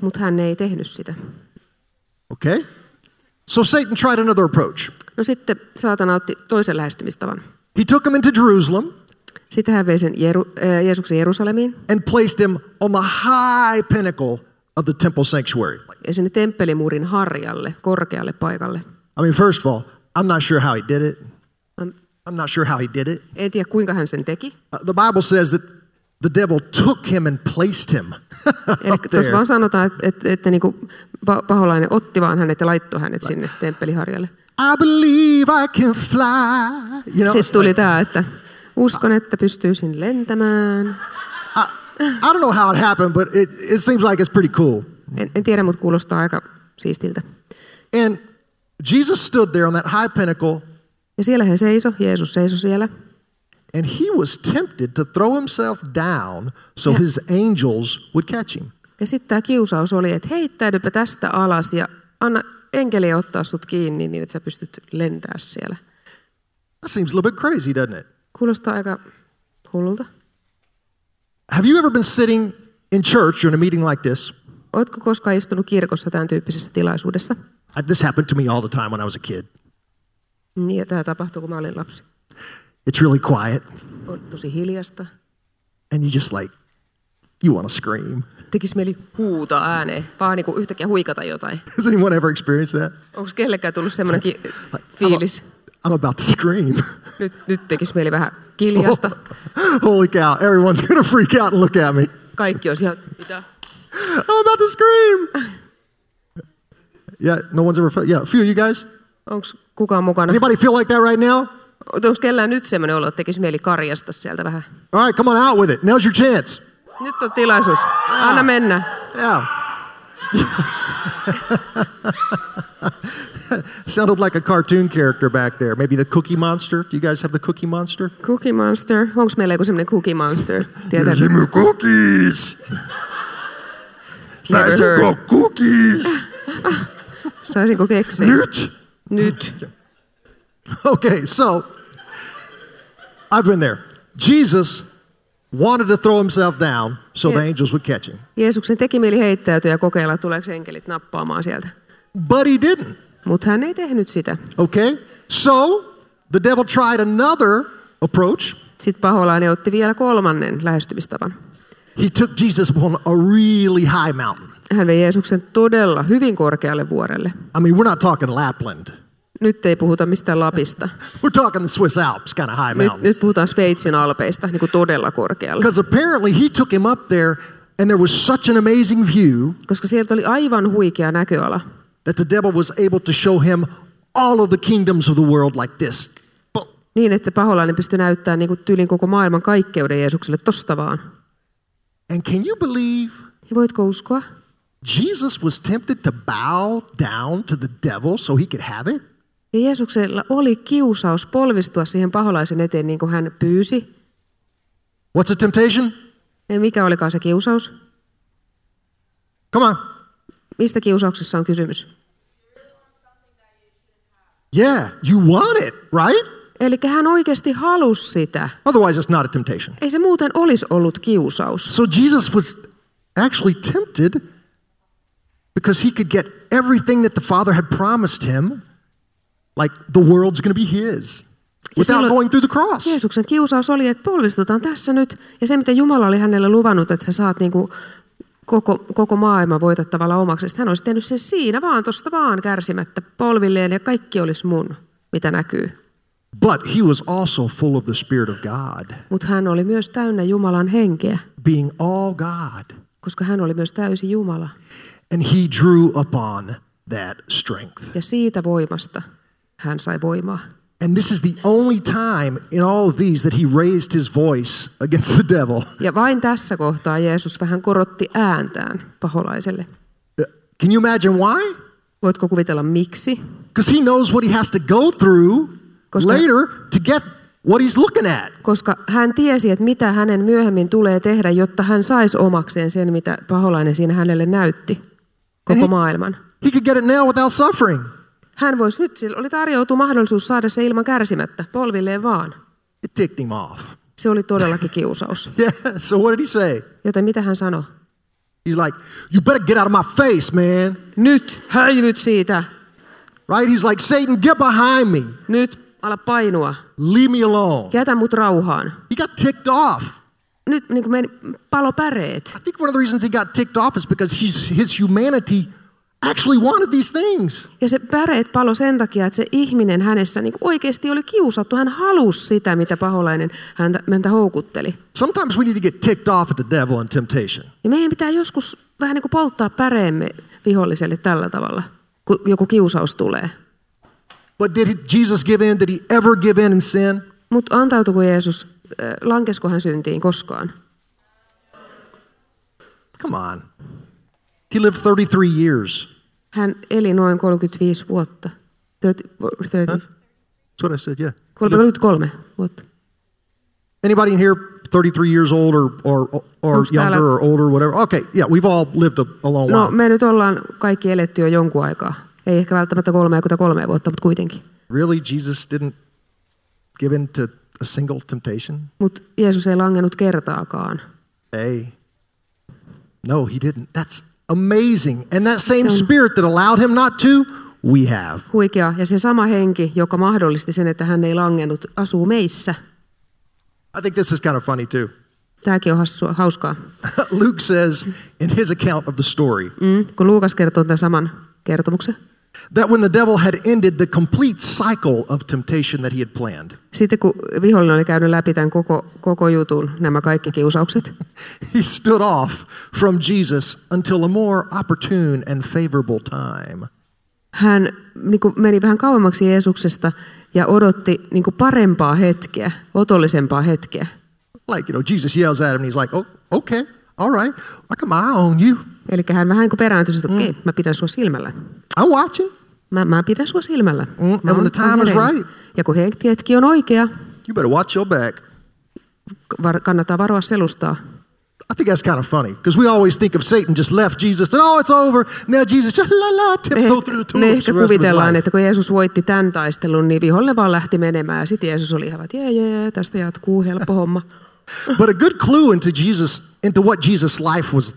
Mutta hän ei tehnyt sitä.
Okay? So Satan tried another approach.
No sitten saatana otti toisen lähestymistavan.
He took him into Jerusalem
Sitten hän vei sen Jeru, äh, Jeesuksen Jerusalemiin
and placed him on the high pinnacle of the temple sanctuary.
ja sinne temppelimuurin harjalle, korkealle paikalle.
I mean, first of all, I'm not sure how he did it.
Um,
I'm not sure how he did it.
En tiedä kuinka hän sen teki.
Uh, the Bible says that the devil took him and placed him
Eli
up
tuossa
there.
vaan sanotaan, että, että, että niin kuin paholainen otti vaan hänet ja laittoi hänet sinne temppeliharjalle.
I believe I can fly. You know,
Sitten
it's like-
tuli tämä, että uskon, että pystyisin lentämään.
I don't know how it happened, but it, it seems like it's pretty cool.
En, en tiedä, mutta kuulostaa aika siistiltä.
And Jesus stood there on that high pinnacle,
Ja siellä he seiso, Jeesus seiso siellä.
and he was tempted to throw himself down so
Yeah.
his angels would catch him.
Ja sitten tämä kiusaus oli, että heittäydypä tästä alas ja anna enkeli ottaa sut kiinni niin, että sä pystyt lentää siellä.
That seems a little bit crazy, doesn't it?
Kuulostaa aika hullulta.
Have you ever been sitting in church or in a meeting like this?
Ootko koskaan istunut kirkossa tämän tyyppisessä tilaisuudessa?
I, this happened to me all the time when I was a kid.
Niin, ja tämä tapahtui, kun mä olin lapsi.
It's really quiet,
On tosi hiljasta.
and you just like You want to scream.
Tekisi mieli huuta ääneen, vaan niin kuin yhtäkkiä huikata jotain.
Has anyone ever experienced that?
Onko kellekään tullut semmoinenkin
I'm a-
fiilis?
I'm about to scream.
Nyt, nyt tekisi mieli vähän kiljasta.
Holy cow, everyone's going to freak out and look at me.
Kaikki olisi ihan, mitä?
I'm about to scream. Yeah, no one's ever felt. Yeah, a few of you guys.
Onko kukaan mukana?
Anybody feel like that right now?
Onko kellään nyt semmoinen olo, että tekisi mieli karjasta sieltä vähän?
All right, come on out with it. Now's your chance.
Nyt on tilaisuus. Anna mennä.
Yeah. Sounded like a cartoon character back there. Maybe the Cookie Monster. Do you guys have the Cookie Monster?
Cookie Monster. Onko meillä joku semmoinen Cookie Monster? Tietää,
Zimu cookies.
Never heard.
cookies.
Saisinko keksiä?
Newt.
Nyt.
Okay, so I've been there. Jesus wanted to throw himself down so the
Yeah.
angels would catch him,
Jeesuksen teki mieli heittäytyä ja kokeilla, tuleeko enkelit nappaamaan sieltä.
but he didn't.
Mutta hän ei tehnyt sitä.
Okay, so the devil tried another approach.
Sitten paholainen otti vielä kolmannen lähestymistavan.
He took Jesus up on a really high mountain.
Hän vei Jeesuksen todella hyvin korkealle vuorelle.
I mean, we're not talking Lapland.
Nyt ei puhuta mistään Lapista.
We're talking the Swiss Alps kind of high
Nyt,
mountain.
nyt puhutaan Sveitsin alpeista, niin kuin todella korkealle.
Because apparently he took him up there and there was such an amazing view
Koska sieltä oli aivan huikea näköala.
that the devil was able to show him all of the kingdoms of the world like this. Boom.
Niin, että paholainen pystyi näyttämään niin kuin tyylin koko maailman kaikkeuden Jeesukselle tosta vaan.
And can you believe
Ja voitko uskoa?
Jesus was tempted to bow down to the devil so he could have it?
Ja Jeesuksella oli kiusaus polvistua siihen paholaisen eteen, niin kuin hän pyysi.
What's a temptation?
Ja mikä olikaan se kiusaus?
Come on.
Mistä kiusauksessa on kysymys?
Yeah, you want it, right?
Eli hän oikeasti halusi sitä.
Otherwise, it's not a temptation.
Ei se muuten olisi ollut kiusaus.
So Jesus was actually tempted because he could get everything that the Father had promised him, like the world's going to be his, without
silloin-
going through the cross.
Jeesuksen kiusaus oli, että polvistutaan tässä nyt. Ja se, mitä Jumala oli hänelle luvannut, että sä saat niin kuin koko, koko maailman voitat tavallaan omaksi. Hän olisi tehnyt sen siinä vaan, tosta vaan kärsimättä polvilleen ja kaikki olisi mun, mitä näkyy.
But he was also full of the Spirit of God,
Mutta hän oli myös täynnä Jumalan henkeä,
being all God.
koska hän oli myös täysi Jumala.
And he drew upon that strength.
Ja siitä voimasta hän sai voimaa.
And this is the only time in all of these that he raised his voice against the devil.
Ja vain tässä kohtaa Jeesus vähän korotti ääntään paholaiselle.
Uh, Can you imagine why?
Voitko kuvitella miksi?
Because he knows what he has to go through
Koska-
later to get what he's looking at.
Koska hän tiesi, että mitä hänen myöhemmin tulee tehdä, jotta hän saisi omakseen sen, mitä paholainen siinä hänelle näytti
Eli-
koko maailman.
He could get it now without suffering.
Hän voisi nyt, sillä oli tarjoutu mahdollisuus saada se ilman kärsimättä, polvilleen vaan.
It ticked him off.
Se oli todellakin kiusaus.
Yeah, so what did he say?
Joten mitä hän sanoi?
He's like, You better get out of my face, man.
Nyt häivyt siitä!
Right? He's like, Satan, get behind me.
Nyt ala painua!
Leave me alone.
Jätä mut rauhaan!
He got ticked off.
Nyt niin kuin meni palopäreet.
I think one of the reasons he got ticked off is because he's, his humanity actually wanted these things.
Ja se päreet palo sen takia, että se ihminen hänessä niin kuin oikeasti oli kiusattu. Hän halusi sitä, mitä paholainen häntä, häntä houkutteli.
Sometimes we need to get ticked off at the devil and temptation.
Ja meidän pitää joskus vähän niin kuin polttaa päreemme viholliselle tällä tavalla, kun joku kiusaus tulee.
But did he, Jesus give in? Did he ever give in and sin?
Mutta antautuko Jeesus, äh, lankesko hän syntiin koskaan?
Come on. He lived 33 years.
Hän eli noin 35 vuotta. 30, 30,
That's what I said, yeah.
33 vuotta.
Anybody in here 33 years old or, or, or
Onks täällä-
younger or older, whatever? Okay, yeah, we've all lived a, a long
No
while.
me nyt ollaan kaikki eletty jo jonkun aikaa. Ei ehkä välttämättä 33 vuotta, mutta kuitenkin.
Really, Jesus didn't give in to a single temptation?
Mutta Jeesus ei langennut kertaakaan.
Hey. No, he didn't. That's amazing. And that same
So-
spirit that allowed him not to, we have.
Huikea. Ja se sama henki, joka mahdollisti sen, että hän ei langennut, asuu meissä.
I think this is kind of funny too.
Tämäkin on hassua, hauskaa.
Luke says in his account of the story
Mm, kun Luukas kertoo tämän saman kertomuksen.
that when the devil had ended the complete cycle of temptation that he had planned,
Sitten kun vihollinen oli käynyt läpi tämän koko, koko jutun, nämä kaikki kiusaukset,
he stood off from Jesus until a more opportune and favorable time.
hän niin kuin meni vähän kauemmaksi Jeesuksesta ja odotti niin kuin parempaa hetkeä, otollisempaa hetkeä.
Like, you know, Jesus yells at him and he's like, oh, okay, all right, I got my eye on you.
Eli hän vähän niin kuin perääntyi, että
Mm.
okei, mä pidän sua silmällä.
I'm watching.
Mä, mä pidän sua silmällä.
Mm, and
Mä
when
oon-
the time
oon
is
hereillä.
right.
Ja kun hetki, hetki on oikea,
You better watch your back.
var, kannattaa varoa selustaa.
I think that's kind of funny because we always think of Satan just left Jesus and oh, it's over. Now Jesus, la la,
Me,
tiptoed through the
me
tulips
ehkä
the rest of his
kuvitellaan,
life.
Niin, että kun Jeesus voitti tämän taistelun, niin viholle vaan lähti menemään. Ja sitten Jeesus oli ihan, vaan, että jee, jee, tästä jatkuu, helppo homma.
But a good clue into Jesus, into what Jesus' life was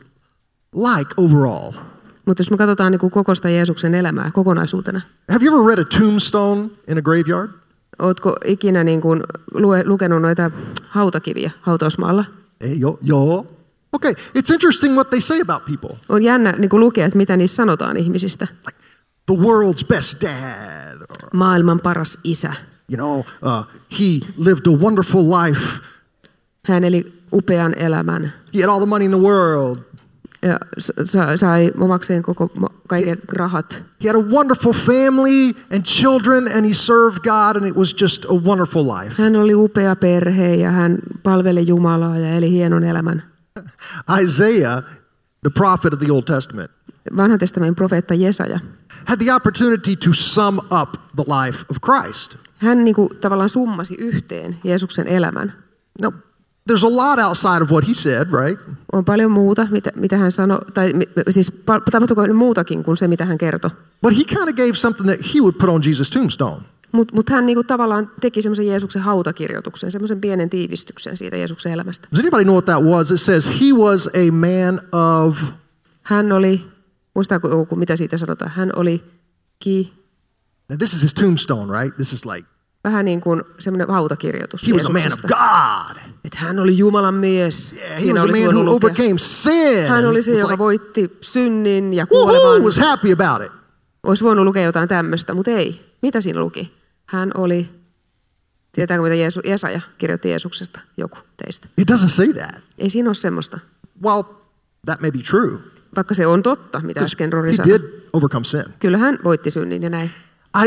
like overall.
Mutta jos me katsotaan niin kuin koko sitä Jeesuksen elämää kokonaisuutena,
Have you ever read a tombstone in a graveyard?
ootko ikinä niin kuin lue, lukenut noita hautakiviä hautausmaalla?
Eh, yo, yo. Okay, it's interesting what they say about people.
On jännä niin kuin lukea, että mitä niissä sanotaan ihmisistä.
The world's best dad, or,
Maailman paras isä.
you know, uh, he lived a wonderful life.
Hän eli upean elämän.
He had all the money in the world.
Ja sa- sai omakseen koko ma- kaiken rahat.
He had a wonderful family and children, and he served God, and it was just a wonderful life.
Hän oli upea perhe ja hän palveli Jumalaa ja eli hienon elämän.
Isaiah, the prophet of the Old Testament,
Vanhan testamentin profeetta Jesaja.
had the opportunity to sum up the life of Christ.
Hän niin kuin, tavallaan summasi yhteen Jeesuksen elämän.
Now, there's a lot outside of what he said, right?
On paljon muuta, mitä, mitä hän sanoi, tai mi- mi- siis pa- tapahtuiko muutakin kuin se, mitä hän kertoi.
But he kind of gave something that he would put on Jesus' tombstone.
Mutta mut hän niinku tavallaan teki semmoisen Jeesuksen hautakirjoituksen, semmoisen pienen tiivistyksen siitä Jeesuksen elämästä.
Does anybody know what that was? It says he was a man of
Hän oli, muistaako joku, mitä siitä sanotaan, hän oli ki,
now this is his tombstone, right? This is like
vähän niin kuin semmoinen hautakirjoitus
he was a man of
Jeesuksesta.
God.
Että hän oli Jumalan mies.
Yeah, he was a man
voinut
who
lukea.
overcame sin.
Hän
and
oli
was
se, joka
like,
voitti synnin ja
Woohoo,
kuoleman.
was happy about it.
Olisi voinut lukea jotain tämmöistä, mutta ei. Mitä siinä luki? Hän oli, tietääkö mitä Jeesu, Jesaja kirjoitti Jeesuksesta, joku teistä.
It doesn't say that.
Ei siinä ole semmoista.
Well, that may be true.
Vaikka se on totta, mitä
'cause
äsken Rori
He
sanoi.
did overcome sin.
Kyllä hän voitti synnin ja näin.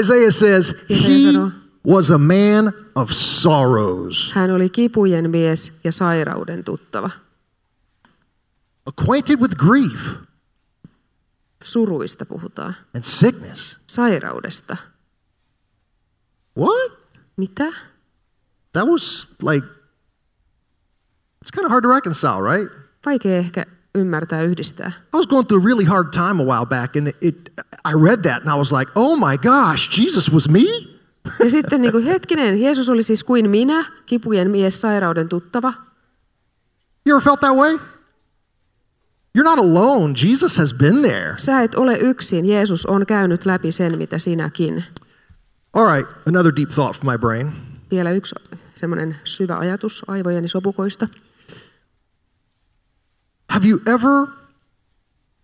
Isaiah says
Yes,
he
Isaiah.
was a man of sorrows,
Hän oli kipujen mies ja sairauden tuttava.
acquainted with grief
Suruista puhutaan.
and sickness.
Sairaudesta.
What?
Mitä?
That was like it's kind of hard to reconcile, right?
Vaikea ehkä ymmärtää yhdistää.
I was going through a really hard time a while back, and it I read that and I was like, oh my gosh, Jesus was me.
Ja sitten niin kuin, hetkinen, Jeesus oli siis kuin minä, kipujen mies, sairauden tuttava.
You ever felt that way? You're not alone. Jesus has been there.
Sä et ole yksin, Jeesus on käynyt läpi sen, mitä sinäkin.
All right, another deep thought from my brain.
Vielä yksi semmoinen syvä ajatus aivojeni sopukoista.
Have you ever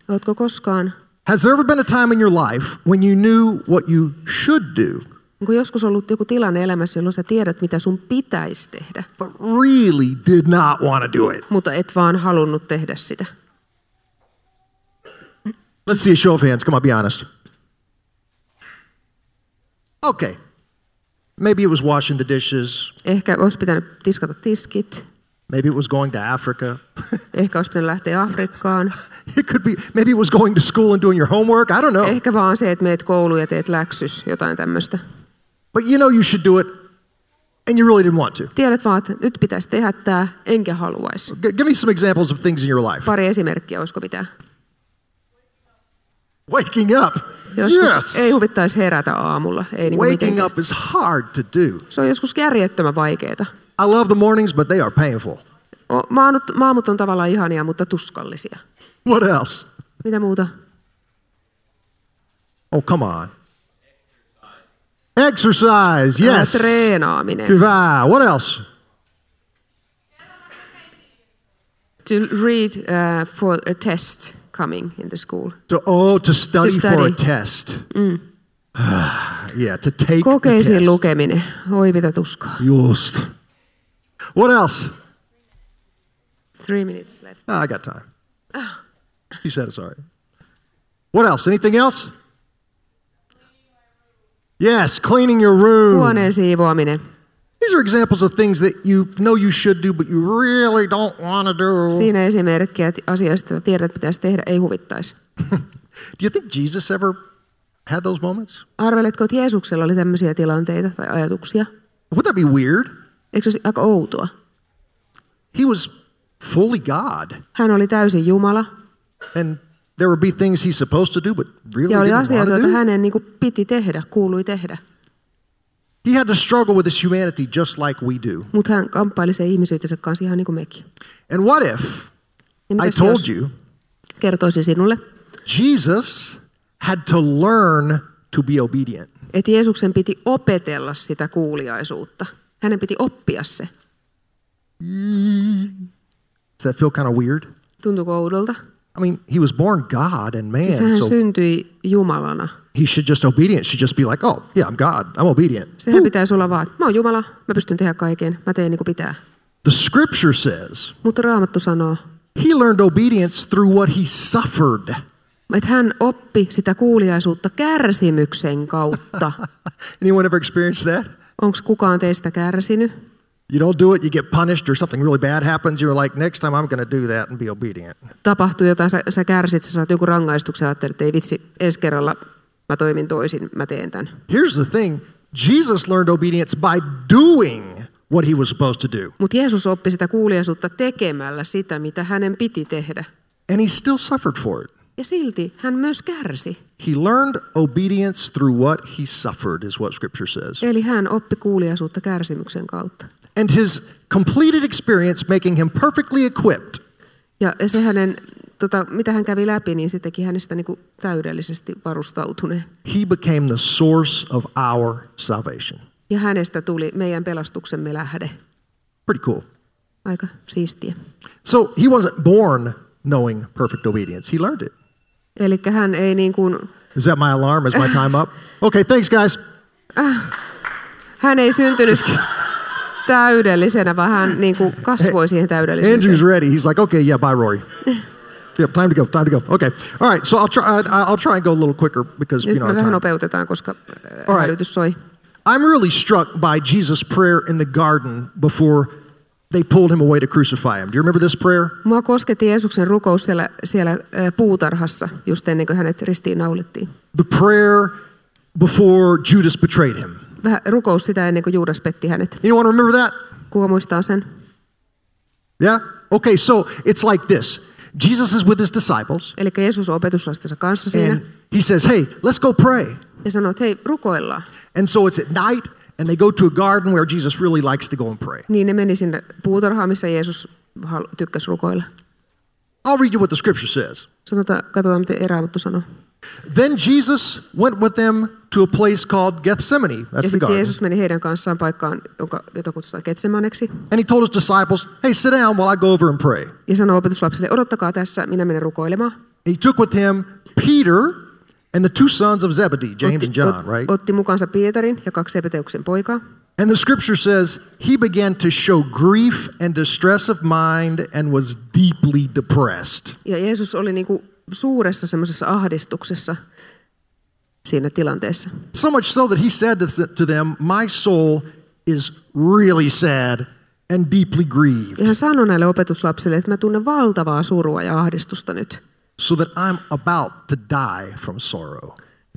Oletko koskaan,
Has there ever been a time in your life when you knew what you should do,
onko joskus ollut joku tilanne elämässä, jolloin sä tiedät, mitä sun pitäisi tehdä,
but really did not want to do it?
mutta et vaan halunnut tehdä sitä?
Let's see a show of hands. Come on, be honest. Okay. Maybe it was washing the dishes.
Ehkä olisi pitänyt tiskata tiskit,
Maybe it was going to Africa.
ehkä olisi pitänyt lähteä Afrikkaan,
It could be, maybe it was going to school and doing your homework. I don't know.
ehkä vaan se, että meet kouluun ja teet läksys, jotain tämmöistä.
But you know you should do it, and you really didn't want to.
Tiedät vaan, että nyt pitäisi tehdä tämä, enkä haluaisi.
G- give me some examples of things in your life.
Pari esimerkkiä, olisiko mitään?
Waking up.
Joskus
Yes.
ei huvittaisi herätä aamulla. Ei niinku
Waking
mitenkään.
up is hard to do.
Se on joskus järjettömän vaikeeta.
I love the mornings, but they are painful.
O- Maanut, maamut on tavallaan ihania, mutta tuskallisia.
What else?
Mitä muuta?
Oh, come on. Exercise, yes.
Ää, Treenaaminen.
Hyvä. What else?
to read uh, for a test coming in the school.
To, oh, to study, for a
study.
test. yeah, to take the
Kokeisiin
test.
lukeminen. Oi mitä tuskaa.
Just. What else?
Three minutes left.
No, I got time. You said it's all right. What else? Anything else? Yes, cleaning your room.
Huoneen siivoaminen.
These are examples of things that you know you should do, but you really don't want to do.
Siinä esimerkkiä t- asioista, joita tiedät pitäisi tehdä, ei huvittaisi.
Do you think Jesus ever had those moments?
Arveletko, että Jeesuksella oli tämmöisiä tilanteita tai ajatuksia?
Would that be weird?
Eikö se olisi aika outoa?
He was fully God,
Hän oli täysin Jumala
and there would be things he's supposed to do, but really
ja oli
didn't want
asioita,
to
joita
do.
hänen niin kuin piti tehdä, kuului tehdä.
He had to struggle with his humanity just like we do.
Mutta hän kamppaili sen ihmisyytensä kanssa ihan niin kuin mekin.
And what if
Ja
I
mitäs
told
jos
you
kertoisin sinulle,
Jesus had to learn to be obedient?
että Jeesuksen piti opetella sitä kuuliaisuutta. Hänen piti oppia se.
Does that feel kind of weird?
Tuntuuko oudolta?
I mean, he was born God and man,
Siis hän
so
syntyi Jumalana.
he should just obedient should just be like, oh yeah, I'm God, I'm obedient.
Sehän pitäisi olla vaan, että mä oon Jumala, mä pystyn tehdä kaiken, mä teen niin kuin pitää.
The Scripture says
Mutta Raamattu sanoo,
he learned obedience through what he suffered.
että hän oppi sitä kuuliaisuutta kärsimyksen kautta.
Anyone ever experienced that?
Onko kukaan teistä kärsinyt?
You don't do it, you get punished, or something really bad happens. You're like, next time I'm going to do that and be obedient.
Tapahtuu jotain, sä, sä kärsit, sä saat joku rangaistuksen, ajattelet, että ei vitsi, ensi kerralla mä toimin toisin, mä teen tämän.
Here's the thing: Jesus learned obedience by doing what he was supposed to do,
Mutta Jeesus oppi sitä kuuliaisuutta tekemällä sitä, mitä hänen piti tehdä.
and he still suffered for it.
Ja silti hän myös kärsi.
He learned obedience through what he suffered, is what Scripture says.
Eli hän oppi kuuliaisuutta kärsimyksen kautta.
And his completed experience making him perfectly equipped
Ja se hänen, tota, mitä hän kävi läpi, niin se teki hänestä niin kuin täydellisesti varustautuneen.
He became the source of our salvation.
Ja hänestä tuli meidän pelastuksemme lähde.
Pretty cool.
Aika siistiä.
So he wasn't born knowing perfect obedience. He learned it.
Eli hän ei niin kuin,
Is that my alarm? Is my time up? Okay, thanks, guys.
hän ei syntynyt täydellisenä, vaan hän niin kuin kasvoi siihen
Andrew's
täydellisyyteen.
ready. He's like, okay, yeah, bye, Rory. Yep, time to go. Time to go. Okay. All right. So I'll try. I- I'll try and go a little quicker because you
Nyt
know.
me
our
vähän
Time.
nopeutetaan, koska äh,
Alright.
hälytys soi.
I'm really struck by Jesus' prayer in the garden before they pulled him away to crucify him. Do you remember this prayer?
Mua kosketti Jeesuksen rukous siellä, siellä äh, puutarhassa, just ennen kuin hänet ristiin naulittiin.
The prayer before Judas betrayed him.
Vähän rukous sitä ennen kuin Juudas petti hänet.
Anyone remember that?
Kuka muistaa sen?
Yeah? Okay, so it's like this Jesus is with his disciples,
Eli Jeesus on opetuslastensa kanssa siinä
and he says, Hey, let's go pray.
ja sanoo, että hei, rukoillaan.
And so it's at night, and they go to a garden where Jesus really likes to go and pray.
Niin ne meni sinne puutarhaan, missä Jeesus halu- tykkäsi rukoilla.
I'll read you what the scripture says.
Sanotaan, katsotaan, miten Raamattu sanoo.
Then Jesus went with them to a place called Gethsemane.
Ja
That's the
sitten
garden.
Jeesus meni heidän kanssaan paikkaan, jonka, jota kutsutaan Ketsemaneksi,
And he told his disciples, Hey, sit down while I go over and pray. And
ja sanoi opetuslapsille, odottakaa tässä, minä menen rukoilemaan.
he took with him Peter and the two sons of Zebedee, James and John,
ot-
right?
otti mukaansa Pietarin ja kaksi epeteuksen poikaa.
And the scripture says he began to show grief and distress of mind and was deeply depressed.
Ja Jeesus oli niin kuin suuressa semmoisessa ahdistuksessa siinä tilanteessa.
So much so that he said to th- to them, My soul is really sad and deeply grieved,
Ja hän sanoi näille opetuslapsille, että mä tunnen valtavaa surua ja ahdistusta nyt.
so that I'm about to die from sorrow.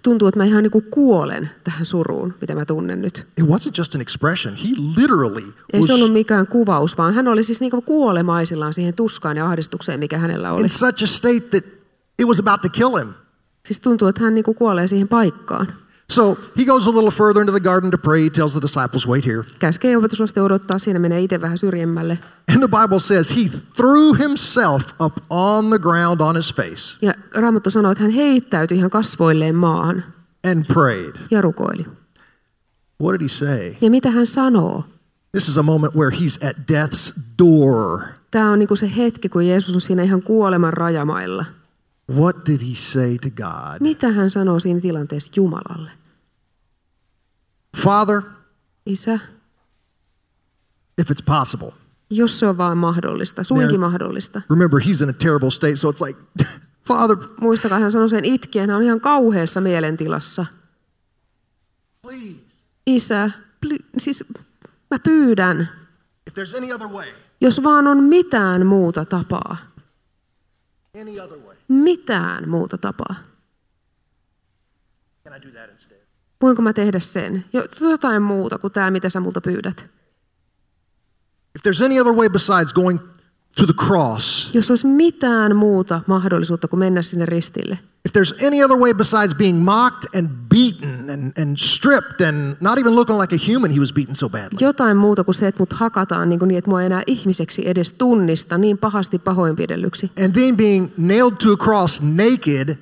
Tuntuu, että mä ihan niin kuin kuolen tähän suruun, mitä mä tunnen nyt.
It wasn't just an expression, he literally
Ei se
was
ollut mikään kuvaus, vaan hän oli siis niin kuin kuolemaisillaan siihen tuskaan ja ahdistukseen, mikä hänellä oli.
in such a state that it was about to kill him.
Siis tuntuu, että hän niin kuin kuolee siihen paikkaan.
So he goes a little further into the garden to pray, He tells the disciples, Wait here.
Käskee opetuslasten odottaa, siinä menee itse vähän syrjemmälle.
And the Bible says he threw himself up on the ground on his face
Ja Raamattu sanoo, että hän heittäytyi ihan kasvoilleen maahan
and prayed.
ja rukoili.
What did he say?
Ja mitä hän sanoo?
This is a moment where he's at death's door.
Tämä on niin kuin se hetki, kun Jeesus on siinä ihan kuoleman rajamailla.
What did he say to God?
Mitä hän sanoo siinä tilanteessa Jumalalle?
Father,
Isä,
if it's possible.
jos se on vaan mahdollista, suinkin mahdollista.
Remember, he's in a terrible state, so it's like, Father,
Muistakaa, hän sanoi sen itkien, hän on ihan kauheassa mielentilassa.
please,
Isä, pli, siis mä pyydän,
if there's any other way,
jos vaan on mitään muuta tapaa,
any other way,
mitään muuta tapaa.
can I do that instead?
Voinko mä tehdä sen? Jo- Jotain muuta kuin tämä, mitä sä multa pyydät.
If there's any other way besides going to the cross,
Jos olisi mitään muuta mahdollisuutta kuin mennä sinne ristille.
if there's any other way besides being mocked and beaten and, and stripped and not even looking like a human, he was beaten so badly.
Jotain muuta kuin se, että mut hakataan niin, kuin niin että mua ei enää ihmiseksi edes tunnista niin pahasti pahoinpidellyksi.
And then being nailed to a cross naked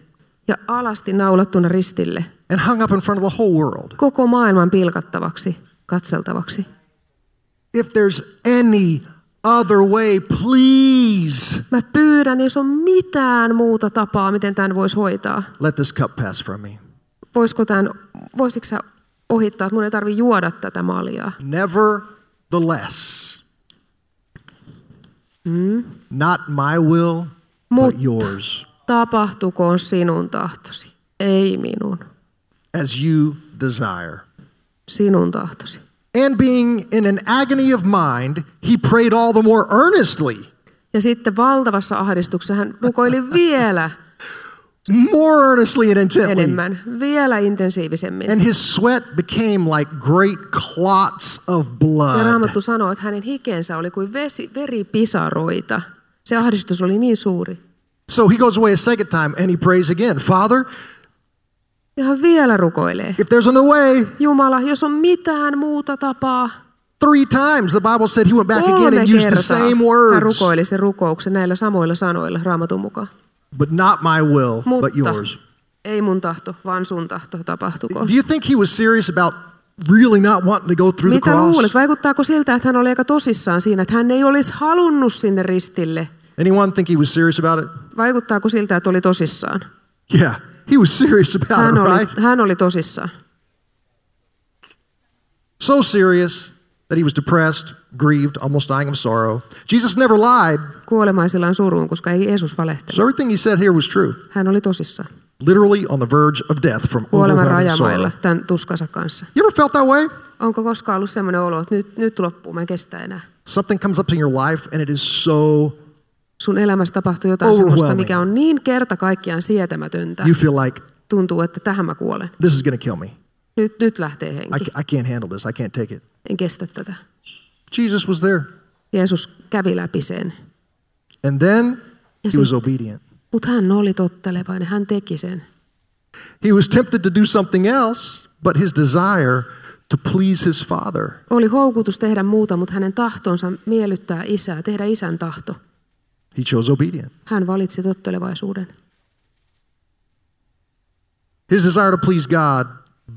Ja alasti naulattuna ristille.
and hung up in front of the whole world.
Koko maailman pilkattavaksi, katseltavaksi.
If there's any other way, please
Mä pyydän, jos on mitään muuta tapaa, miten tämän voisi hoitaa.
let this cup pass from me.
Voisiko tämän, voisitko sä ohittaa, että mun ei tarvi juoda tätä maljaa?
Nevertheless, not my will,
Mutta
but yours,
tapahtukoon sinun tahtosi, ei minun.
as you desire.
Sinun tahtosi.
And being in an agony of mind, he prayed all the more earnestly,
Ja sitten valtavassa ahdistuksessa hän rukoili vielä
more earnestly and intently.
enemmän, vielä intensiivisemmin.
And his sweat became like great clots of
Ja
blood.
Raamattu sanoo, että hänen hikeensä oli kuin vesi, veripisaroita. Se ahdistus oli niin suuri.
So he goes away a second time and he prays again Father,
Ja hän vielä rukoilee.
if there's another way,
Jumala, jos on mitään muuta tapaa,
three times the Bible said he went back again
kolme
and used the
kertaa
same
hän
words.
rukoili sen rukouksen näillä samoilla sanoilla Raamatun mukaan.
But not my will,
Mutta
but yours.
ei mun tahto, vaan sun tahto tapahtuko.
Do you think he was serious about really not wanting to go through the
Mitä luulet?
cross?
Vaikuttaako siltä, että hän oli aika tosissaan siinä, että hän ei olisi halunnut sinne ristille?
Anyone think he was serious about it?
Vaikuttaako siltä, että oli tosissaan?
Yeah, he was serious about
Hän
it, right?
oli, hän oli tosissaan.
So serious that he was depressed, grieved, almost dying of sorrow. Jesus never lied,
Kuolemaisillaan suruun, koska ei Jeesus valehtele.
so everything he said here was true.
Hän oli tosissaan.
Literally on the verge of death from
Kuoleman
overwhelming
rajamailla
sorrow.
tämän tuskansa kanssa.
You ever felt that way?
Onko koskaan ollut sellainen olo, että nyt, nyt loppuu, mä en kestä enää?
Something comes up in your life and it is so,
Sun elämässä tapahtuu jotain sellaista,
Overwhelming.
mikä on niin kerta kaikkiaan sietämätöntä.
you feel like,
Tuntuu, että tähän mä kuolen.
this is going to kill me.
Nyt, nyt lähtee
I,
henki.
ca- I can't handle this. I can't take it.
En kestä tätä.
Jesus was there.
Jeesus kävi läpi sen.
And then
Ja
he was
sitten-
obedient.
Mutta hän oli tottelevainen, hän teki sen.
He was tempted to do something else, but his desire to please his father.
Oli houkutus tehdä muuta, mutta hänen tahtonsa miellyttää isää, tehdä isän tahto.
He chose obedient.
Hän valitsi tottelevaisuuden.
His desire to please God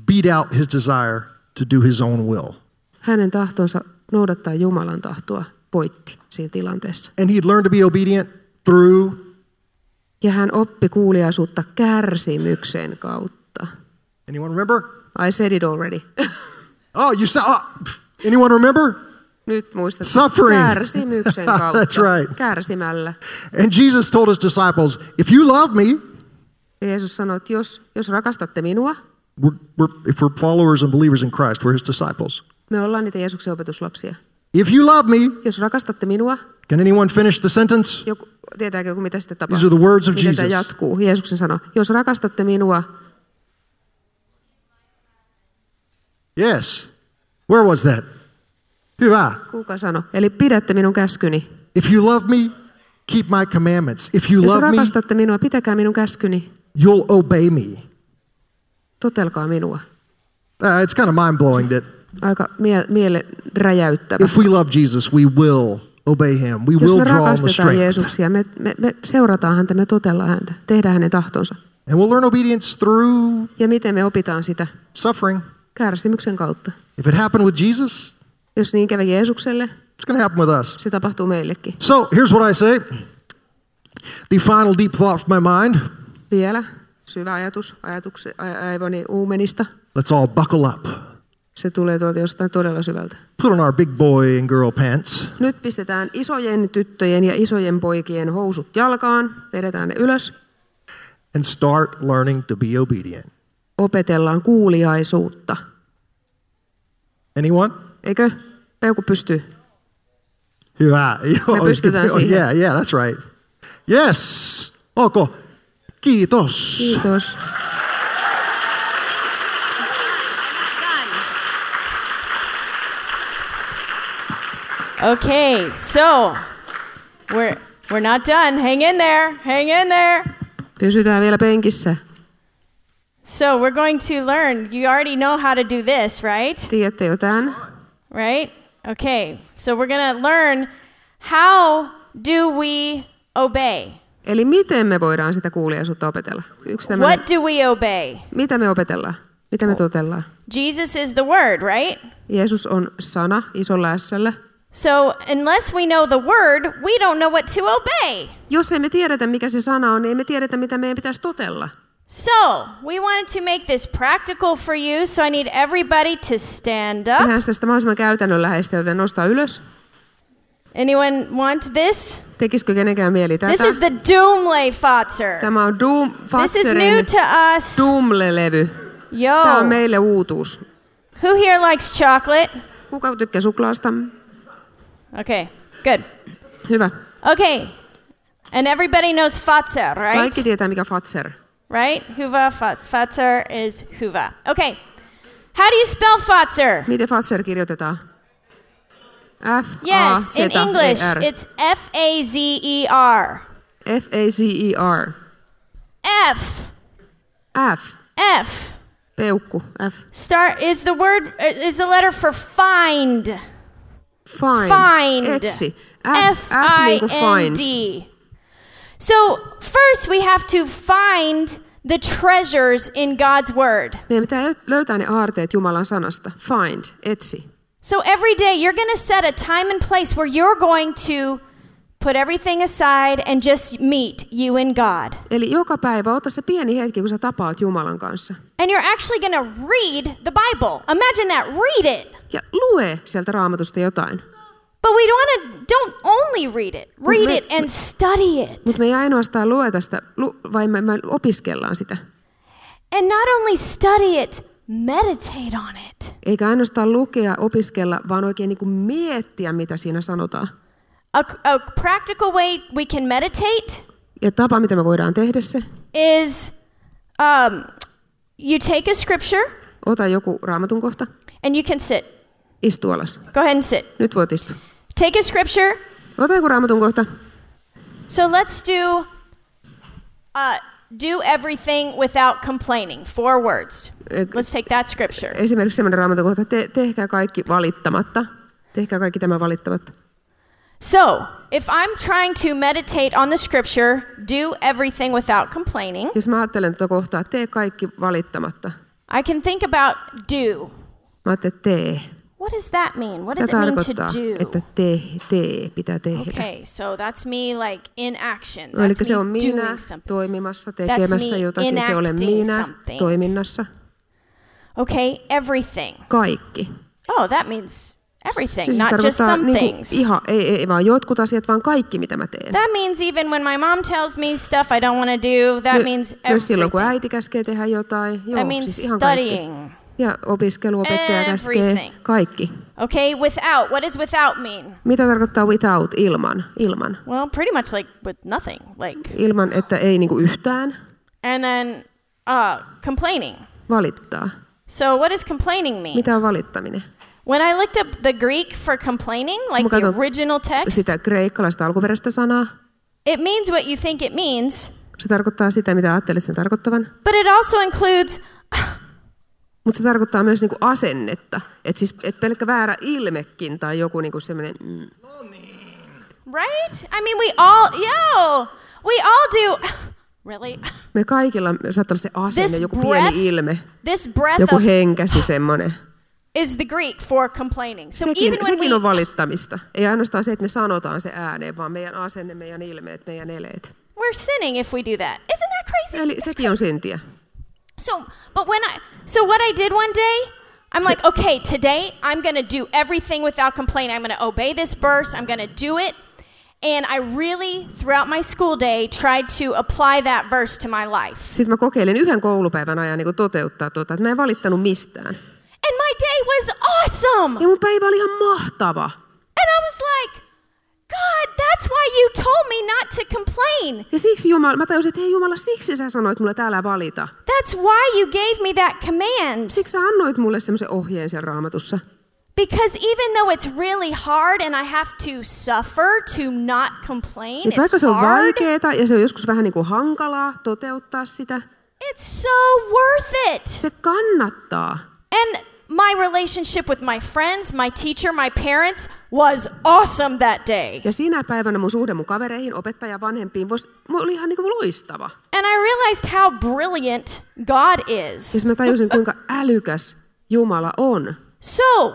beat out his desire to do his own will.
Hänen tahtonsa noudattaa Jumalan tahtoa voitti siinä tilanteessa.
And he'd learned to be obedient through,
Ja hän oppi kuuliaisuutta kärsimyksen kautta.
anyone remember?
I said it already.
Oh, you saw, oh, pff, anyone remember?
Nyt muistat.
Suffering.
Kärsimyksen kautta.
That's right.
Kärsimällä.
And Jesus told his disciples, if you love me,
Ja Jeesus sanoi, että jos, jos rakastatte minua,
we're, we're, if we're followers and believers in Christ, we're his disciples.
me ollaan niitä Jeesuksen opetuslapsia.
If you love me,
Jos rakastatte minua,
can anyone finish the sentence?
joku, tietääkö joku, mitä sitten
These are
tapahtuu?
the words of
Miten tämä
Jesus.
jatkuu? Jeesuksen sanoi, jos rakastatte minua,
Yes. Where was that? Hyvä.
kuka sanoi? Eli pidätte minun käskyni.
If you love me, keep my commandments. If you
Jos
love me,
rakastatte minua, pitäkää minun käskyni.
you'll obey me.
Totelkaa minua.
Uh, it's kind of mind blowing that
Aika mie- mielen räjäyttävä.
if we love Jesus, we will obey him. We
Jos
will
me
draw on the
rakastetaan
strength.
Jeesuksia, me, me, me seurataan häntä, me totellaan häntä, tehdään hänen tahtonsa.
And we'll learn obedience through
Ja miten me opitaan sitä?
suffering.
Kärsimyksen kautta.
If it happened with Jesus,
Jos niin kävi Jeesukselle,
It's going to happen with us.
se tapahtuu meillekin.
So here's what I say. The final deep thought from my mind.
Vielä syvä ajatus ajatukse, a- aivoni uumenista.
Let's all buckle up.
Se tulee tuolta jostain todella syvältä.
Put on our big boy and girl pants.
Nyt pistetään isojen tyttöjen ja isojen poikien housut jalkaan, vedetään ne ylös,
and start learning to be obedient.
opetellaan kuuliaisuutta.
Anyone?
Eikö? Peukku pystyy.
Hyvä. Joo,
pystytään
joo,
siihen.
Yeah, yeah, that's right. Yes. Okay. Kiitos.
Kiitos.
Okay, so we're we're not done. Hang in there. Hang in there.
Pysytään vielä penkissä.
So we're going to learn. You already know how to do this, right?
Tiedätte jo tämän.
Right? Okay. So we're going to learn how do we obey?
Eli miten me voidaan sitä kuuliaisuutta opetella? Yksi tämmöinen,
What do we obey?
mitä me opetellaan? Mitä me totellaan?
Jesus is the word, right?
Jeesus on sana isolla ässällä.
So unless we know the word, we don't know what to obey.
Jos emme tiedetä, mikä se sana on, niin emme tiedetä, mitä meidän pitäisi totella.
So we wanted to make this practical for you. So I need everybody to stand up.
Tehdään tästä mahdollisimman käytännönläheistä, joten nostaa ylös.
Anyone want this?
Tekisikö kenenkään mieli tätä?
This is the Doomlay Fotzer.
Tämä on Doom
This is new
Fatserin
to us.
Doomle-levy. Tämä on
Yo.
meille uutuus.
Who here likes chocolate?
Kuka tykkää suklaasta?
Okay, good.
Hyvä.
Okay. And everybody knows Fatser, right?
Kaikki tietää, mikä Fatser.
Right? Huva, fa- Fatser is Huva. Okay. How do you spell Fatser?
Miten Fatser kirjoitetaan? F, A,
Yes,
Z,
in English,
E, R.
it's F A Z E R.
F, A, C, E, R.
F.
F.
F.
Peukku. F.
Start is the word uh, is the letter for find.
Find.
Find.
Etsi. F,
F
F
I
niin kuin
N
Ah, find.
D. So first we have to find the treasures in God's word.
Meidän pitää lö- löytää ne aarteet Jumalan sanasta. Find. Etsi.
So every day you're going to set a time and place where you're going to put everything aside and just meet you and God.
Eli joka päivä ota se pieni hetki, kun sä tapaat Jumalan kanssa.
And you're actually going to read the Bible. Imagine that, read it.
Ja lue sieltä raamatusta jotain.
But we don't want to don't only read it. Read
me-
it and study it.
Mutta me ei ainoastaan lueta sitä, lu, vaan me, me opiskellaan sitä.
And not only study it, meditate on it.
Eikä ainoastaan lukea, opiskella, vaan oikein niin kuin miettiä, mitä siinä sanotaan.
A, a practical way we can meditate
Ja tapa, mitä me voidaan tehdä se,
is um, you take a scripture
ota joku raamatun kohta,
and you can sit.
istu alas.
Go ahead and sit.
Nyt voit istua.
Take a scripture
Ota joku raamatun kohta.
So let's do uh, do everything without complaining. Four words.
Eh,
Let's take that scripture.
Esimerkiksi sellainen raamatun kohta, te, tehkää kaikki valittamatta. Tehkää kaikki tämä valittamatta.
So if I'm trying to meditate on the scripture, do everything without complaining,
Jos mä ajattelen tuota kohtaa, tee kaikki valittamatta.
I can think about do.
Mä ajattelen, että tee.
What does that mean? What
Tämä
does it mean to
tarkoittaa, että
do?
tee, tee, pitää tehdä.
Okay, so that's me like in action.
No, Eli
That's
se on
me
minä
doing something.
toimimassa,
That's
tekemässä
me
jotakin, se olen
enacting
minä
something.
toiminnassa.
Okay, everything.
Kaikki.
Oh, that means everything,
Siis se
not just
tarkoittaa
some
niinku
things.
ihan, ei, ei vaan jotkut asiat, vaan kaikki mitä mä teen.
That means even when my mom tells me stuff I don't want to do, that
My-
means
Myös silloin, kun
everything.
äiti käskee tehdä jotain. Joo,
That means
siis ihan kaikki.
studying.
Ja opiskeluopettaja käskee.
Everything.
Kaikki.
Okay, without. What does without mean?
Mitä tarkoittaa without, ilman? Ilman.
Well, pretty much like with nothing. Like
Ilman, että ei niinku yhtään
and then uh complaining.
valittaa.
So what does complaining mean?
Mitä on valittaminen?
When I looked up the Greek for complaining, like the
Mä katson
original text,
Sitä kreikkalaista alkuperäistä sanaa.
it means what you think it means,
Se tarkoittaa sitä, mitä ajattelet sen tarkoittavan.
but it also includes
Mutta se tarkoittaa myös niinku asennetta. Että siis, et pelkkä väärä ilmekin tai joku niinku semmoinen... Mm.
right? I mean we all yo, we all do really
Me kaikilla saattaa olla se asenne,
This
joku
breath-
pieni ilme,
this breath
joku
of
henkäsi semmoinen.
is the Greek for complaining. So
sekin,
even when
sekin
we
on valittamista. Ei ainoastaan se, että me sanotaan se ääneen, vaan meidän asenne, meidän ilmeet, meidän eleet.
we're sinning if we do that. Isn't that crazy?
Eli
It's
sekin on sintiä.
So, but when I, so what I did one day, I'm like, okay, today I'm going to do everything without complaining. I'm going to obey this verse. I'm going to do it. And I really, throughout my school day, tried to apply that verse to my life.
Sitten mä kokeilin yhden koulupäivän ajan niin toteuttaa tuota, että mä en valittanut mistään.
And my day was awesome.
Ja mun päivä oli ihan mahtava.
And I was like, God, that's why you told me not to complain.
Ja siksi Jumala, mä tajusin, että hei Jumala, siksi sä sanoit mulle, että älä valita.
That's why you gave me that command.
Siksi sä annoit mulle semmoisen ohjeen siellä raamatussa.
Because even though it's really hard and I have to suffer to not complain,
Että vaikka
it's
se on
hard.
vaikeeta ja se on joskus vähän niin kuin hankalaa toteuttaa sitä,
It's so worth it.
se kannattaa.
And my relationship with my friends, my teacher, my parents was awesome that day.
Ja sinä päivänä mun suhde mun kavereihin, opettaja, vanhempiin, vois, mulla oli ihan niin kuin loistava.
And I realized how brilliant God is.
Siis mä tajusin, kuinka älykäs Jumala on.
So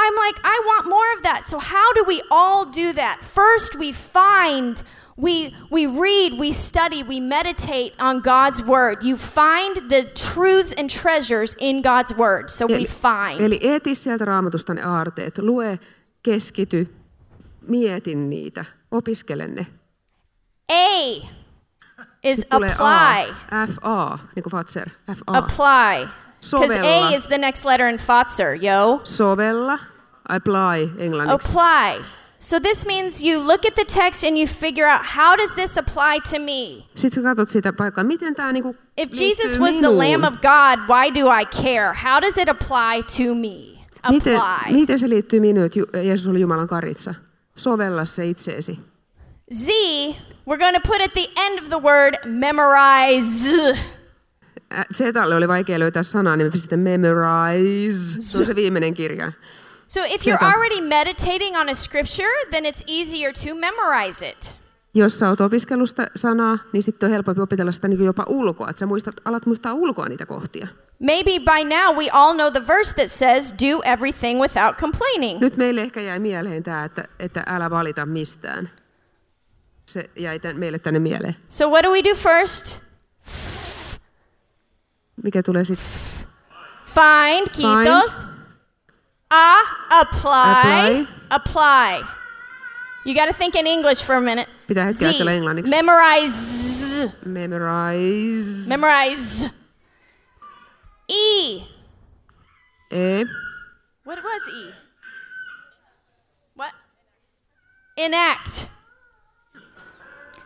I'm like, I want more of that. So how do we all do that? First, we find. We, we read, we study, we meditate on God's word. You find the truths and treasures in God's word. So we
Eli,
find.
eli eti sieltä raamatusta ne aarteet, lue, keskity, mietin niitä, opiskele ne.
A is
Sitten tulee
Siis apply.
A, FA, niin kuin Fatser, FA.
Apply. Because
Sovella.
A is the next letter in FOTSER, yo.
Sovella, apply englanniksi.
Apply. So this means you look at the text and you figure out how does this apply to me?
Sitten sä katsot sitä paikkaa, miten tämä niinku
If
liittyy
Jesus was the
minuun.
Lamb of God, why do I care? How does it apply to me?
miten,
Apply.
miten se liittyy minuun, että Ju- Jeesus oli Jumalan karitsa? Sovella se itseesi.
Z, we're going to put at the end of the word memorize.
Ä, Zetalle oli vaikea löytää sanaa, niin me sitten memorize. Se on se viimeinen kirja.
So if you're
Zeta.
already meditating on a scripture, then it's easier to memorize it.
Jos sä oot opiskellut sitä sanaa, niin sitten on helpompi opetella sitä niin jopa ulkoa. Että sä muistat, alat muistaa ulkoa niitä kohtia.
Maybe by now we all know the verse that says, do everything without complaining.
Nyt meille ehkä jäi mieleen tämä, että, että älä valita mistään. Se jäi tän, meille tänne mieleen.
So what do we do first?
Mikä tulee sitten?
Find,
Find.
quitos. Ah, apply.
Apply.
Apply. You got to think in English for a minute.
Pitää hetki
Z,
ajatella englanniksi.
memorize.
Memorize.
Memorize. E.
e.
What was E? What? Enact.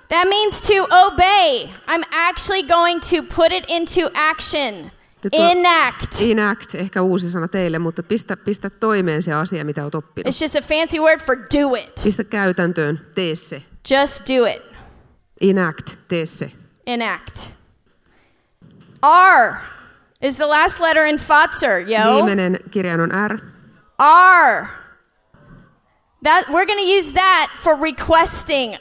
That means to obey. I'm actually going to put it into action.
Did the-
Enact.
Enact, ehkä uusi sana teille, mutta pistä, pistä toimeen se asia, mitä olet oppinut.
It's just a fancy word for do it.
Pistä käytäntöön, tee se.
Just do it.
Enact, tee se.
Enact. R is the last letter in FOTSER, yo.
Viimeinen kirjain on R.
R. That we're gonna use that for requesting.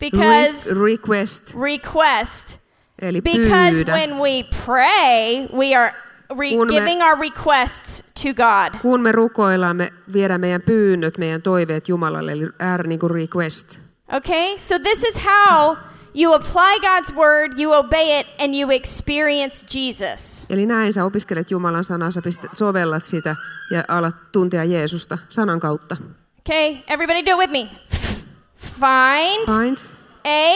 Because
Re- request,
request.
eli
Because
pyydä.
when we pray, we are re-
Kun me-
giving our requests to God.
Kun me rukoillaan, me viedään meidän pyynnöt, meidän toiveet Jumalalle, eli R niin kuin request.
Okay? So this is how you apply God's word, you obey it, and you experience Jesus.
Eli näin sä opiskelet Jumalan sanaa, sä pistä, sovellat sitä ja alat tuntea Jeesusta sanan kautta.
Okay? Everybody do it with me. Find
Find,
A,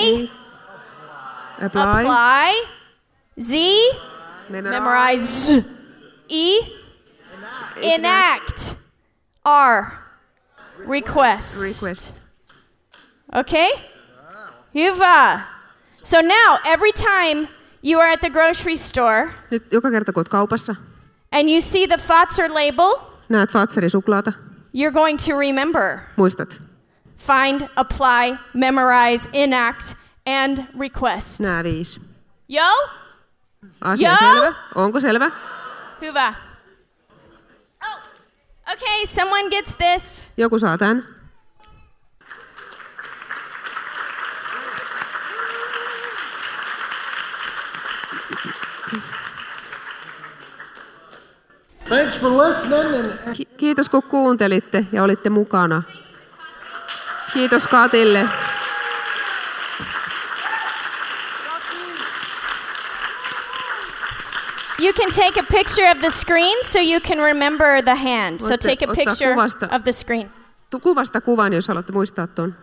apply,
apply, Uh. Z, memorize, E, enact, R, request.
request.
Okay? You've, uh, so now every time you are at the grocery store
Nyt joka kerta kun oot kaupassa,
and you see the Fatser label,
näet Fatserin suklaata,
you're going to remember.
muistat.
Find, apply, memorize, enact, and request.
Nää viisi.
Yo?
Asia
Joo!
selvä? Onko selvä?
Hyvä. Oh, okay, someone gets this.
Joku saa tämän.
Thanks for listening. And-
Ki- Kiitos kun kuuntelitte ja olitte mukana. Kiitos Katille.
You can take a picture of the screen so you can remember the hand. So
Voitte
take a
ottaa
picture
kuvasta.
of the screen.
Tu- Kuvasta kuvan, jos haluatte muistaa tuon.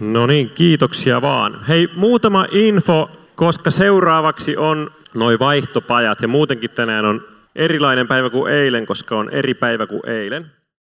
No niin, kiitoksia vaan. Hei, muutama info, koska seuraavaksi on noi vaihtopajat ja muutenkin tänään on erilainen päivä kuin eilen, koska on eri päivä kuin eilen.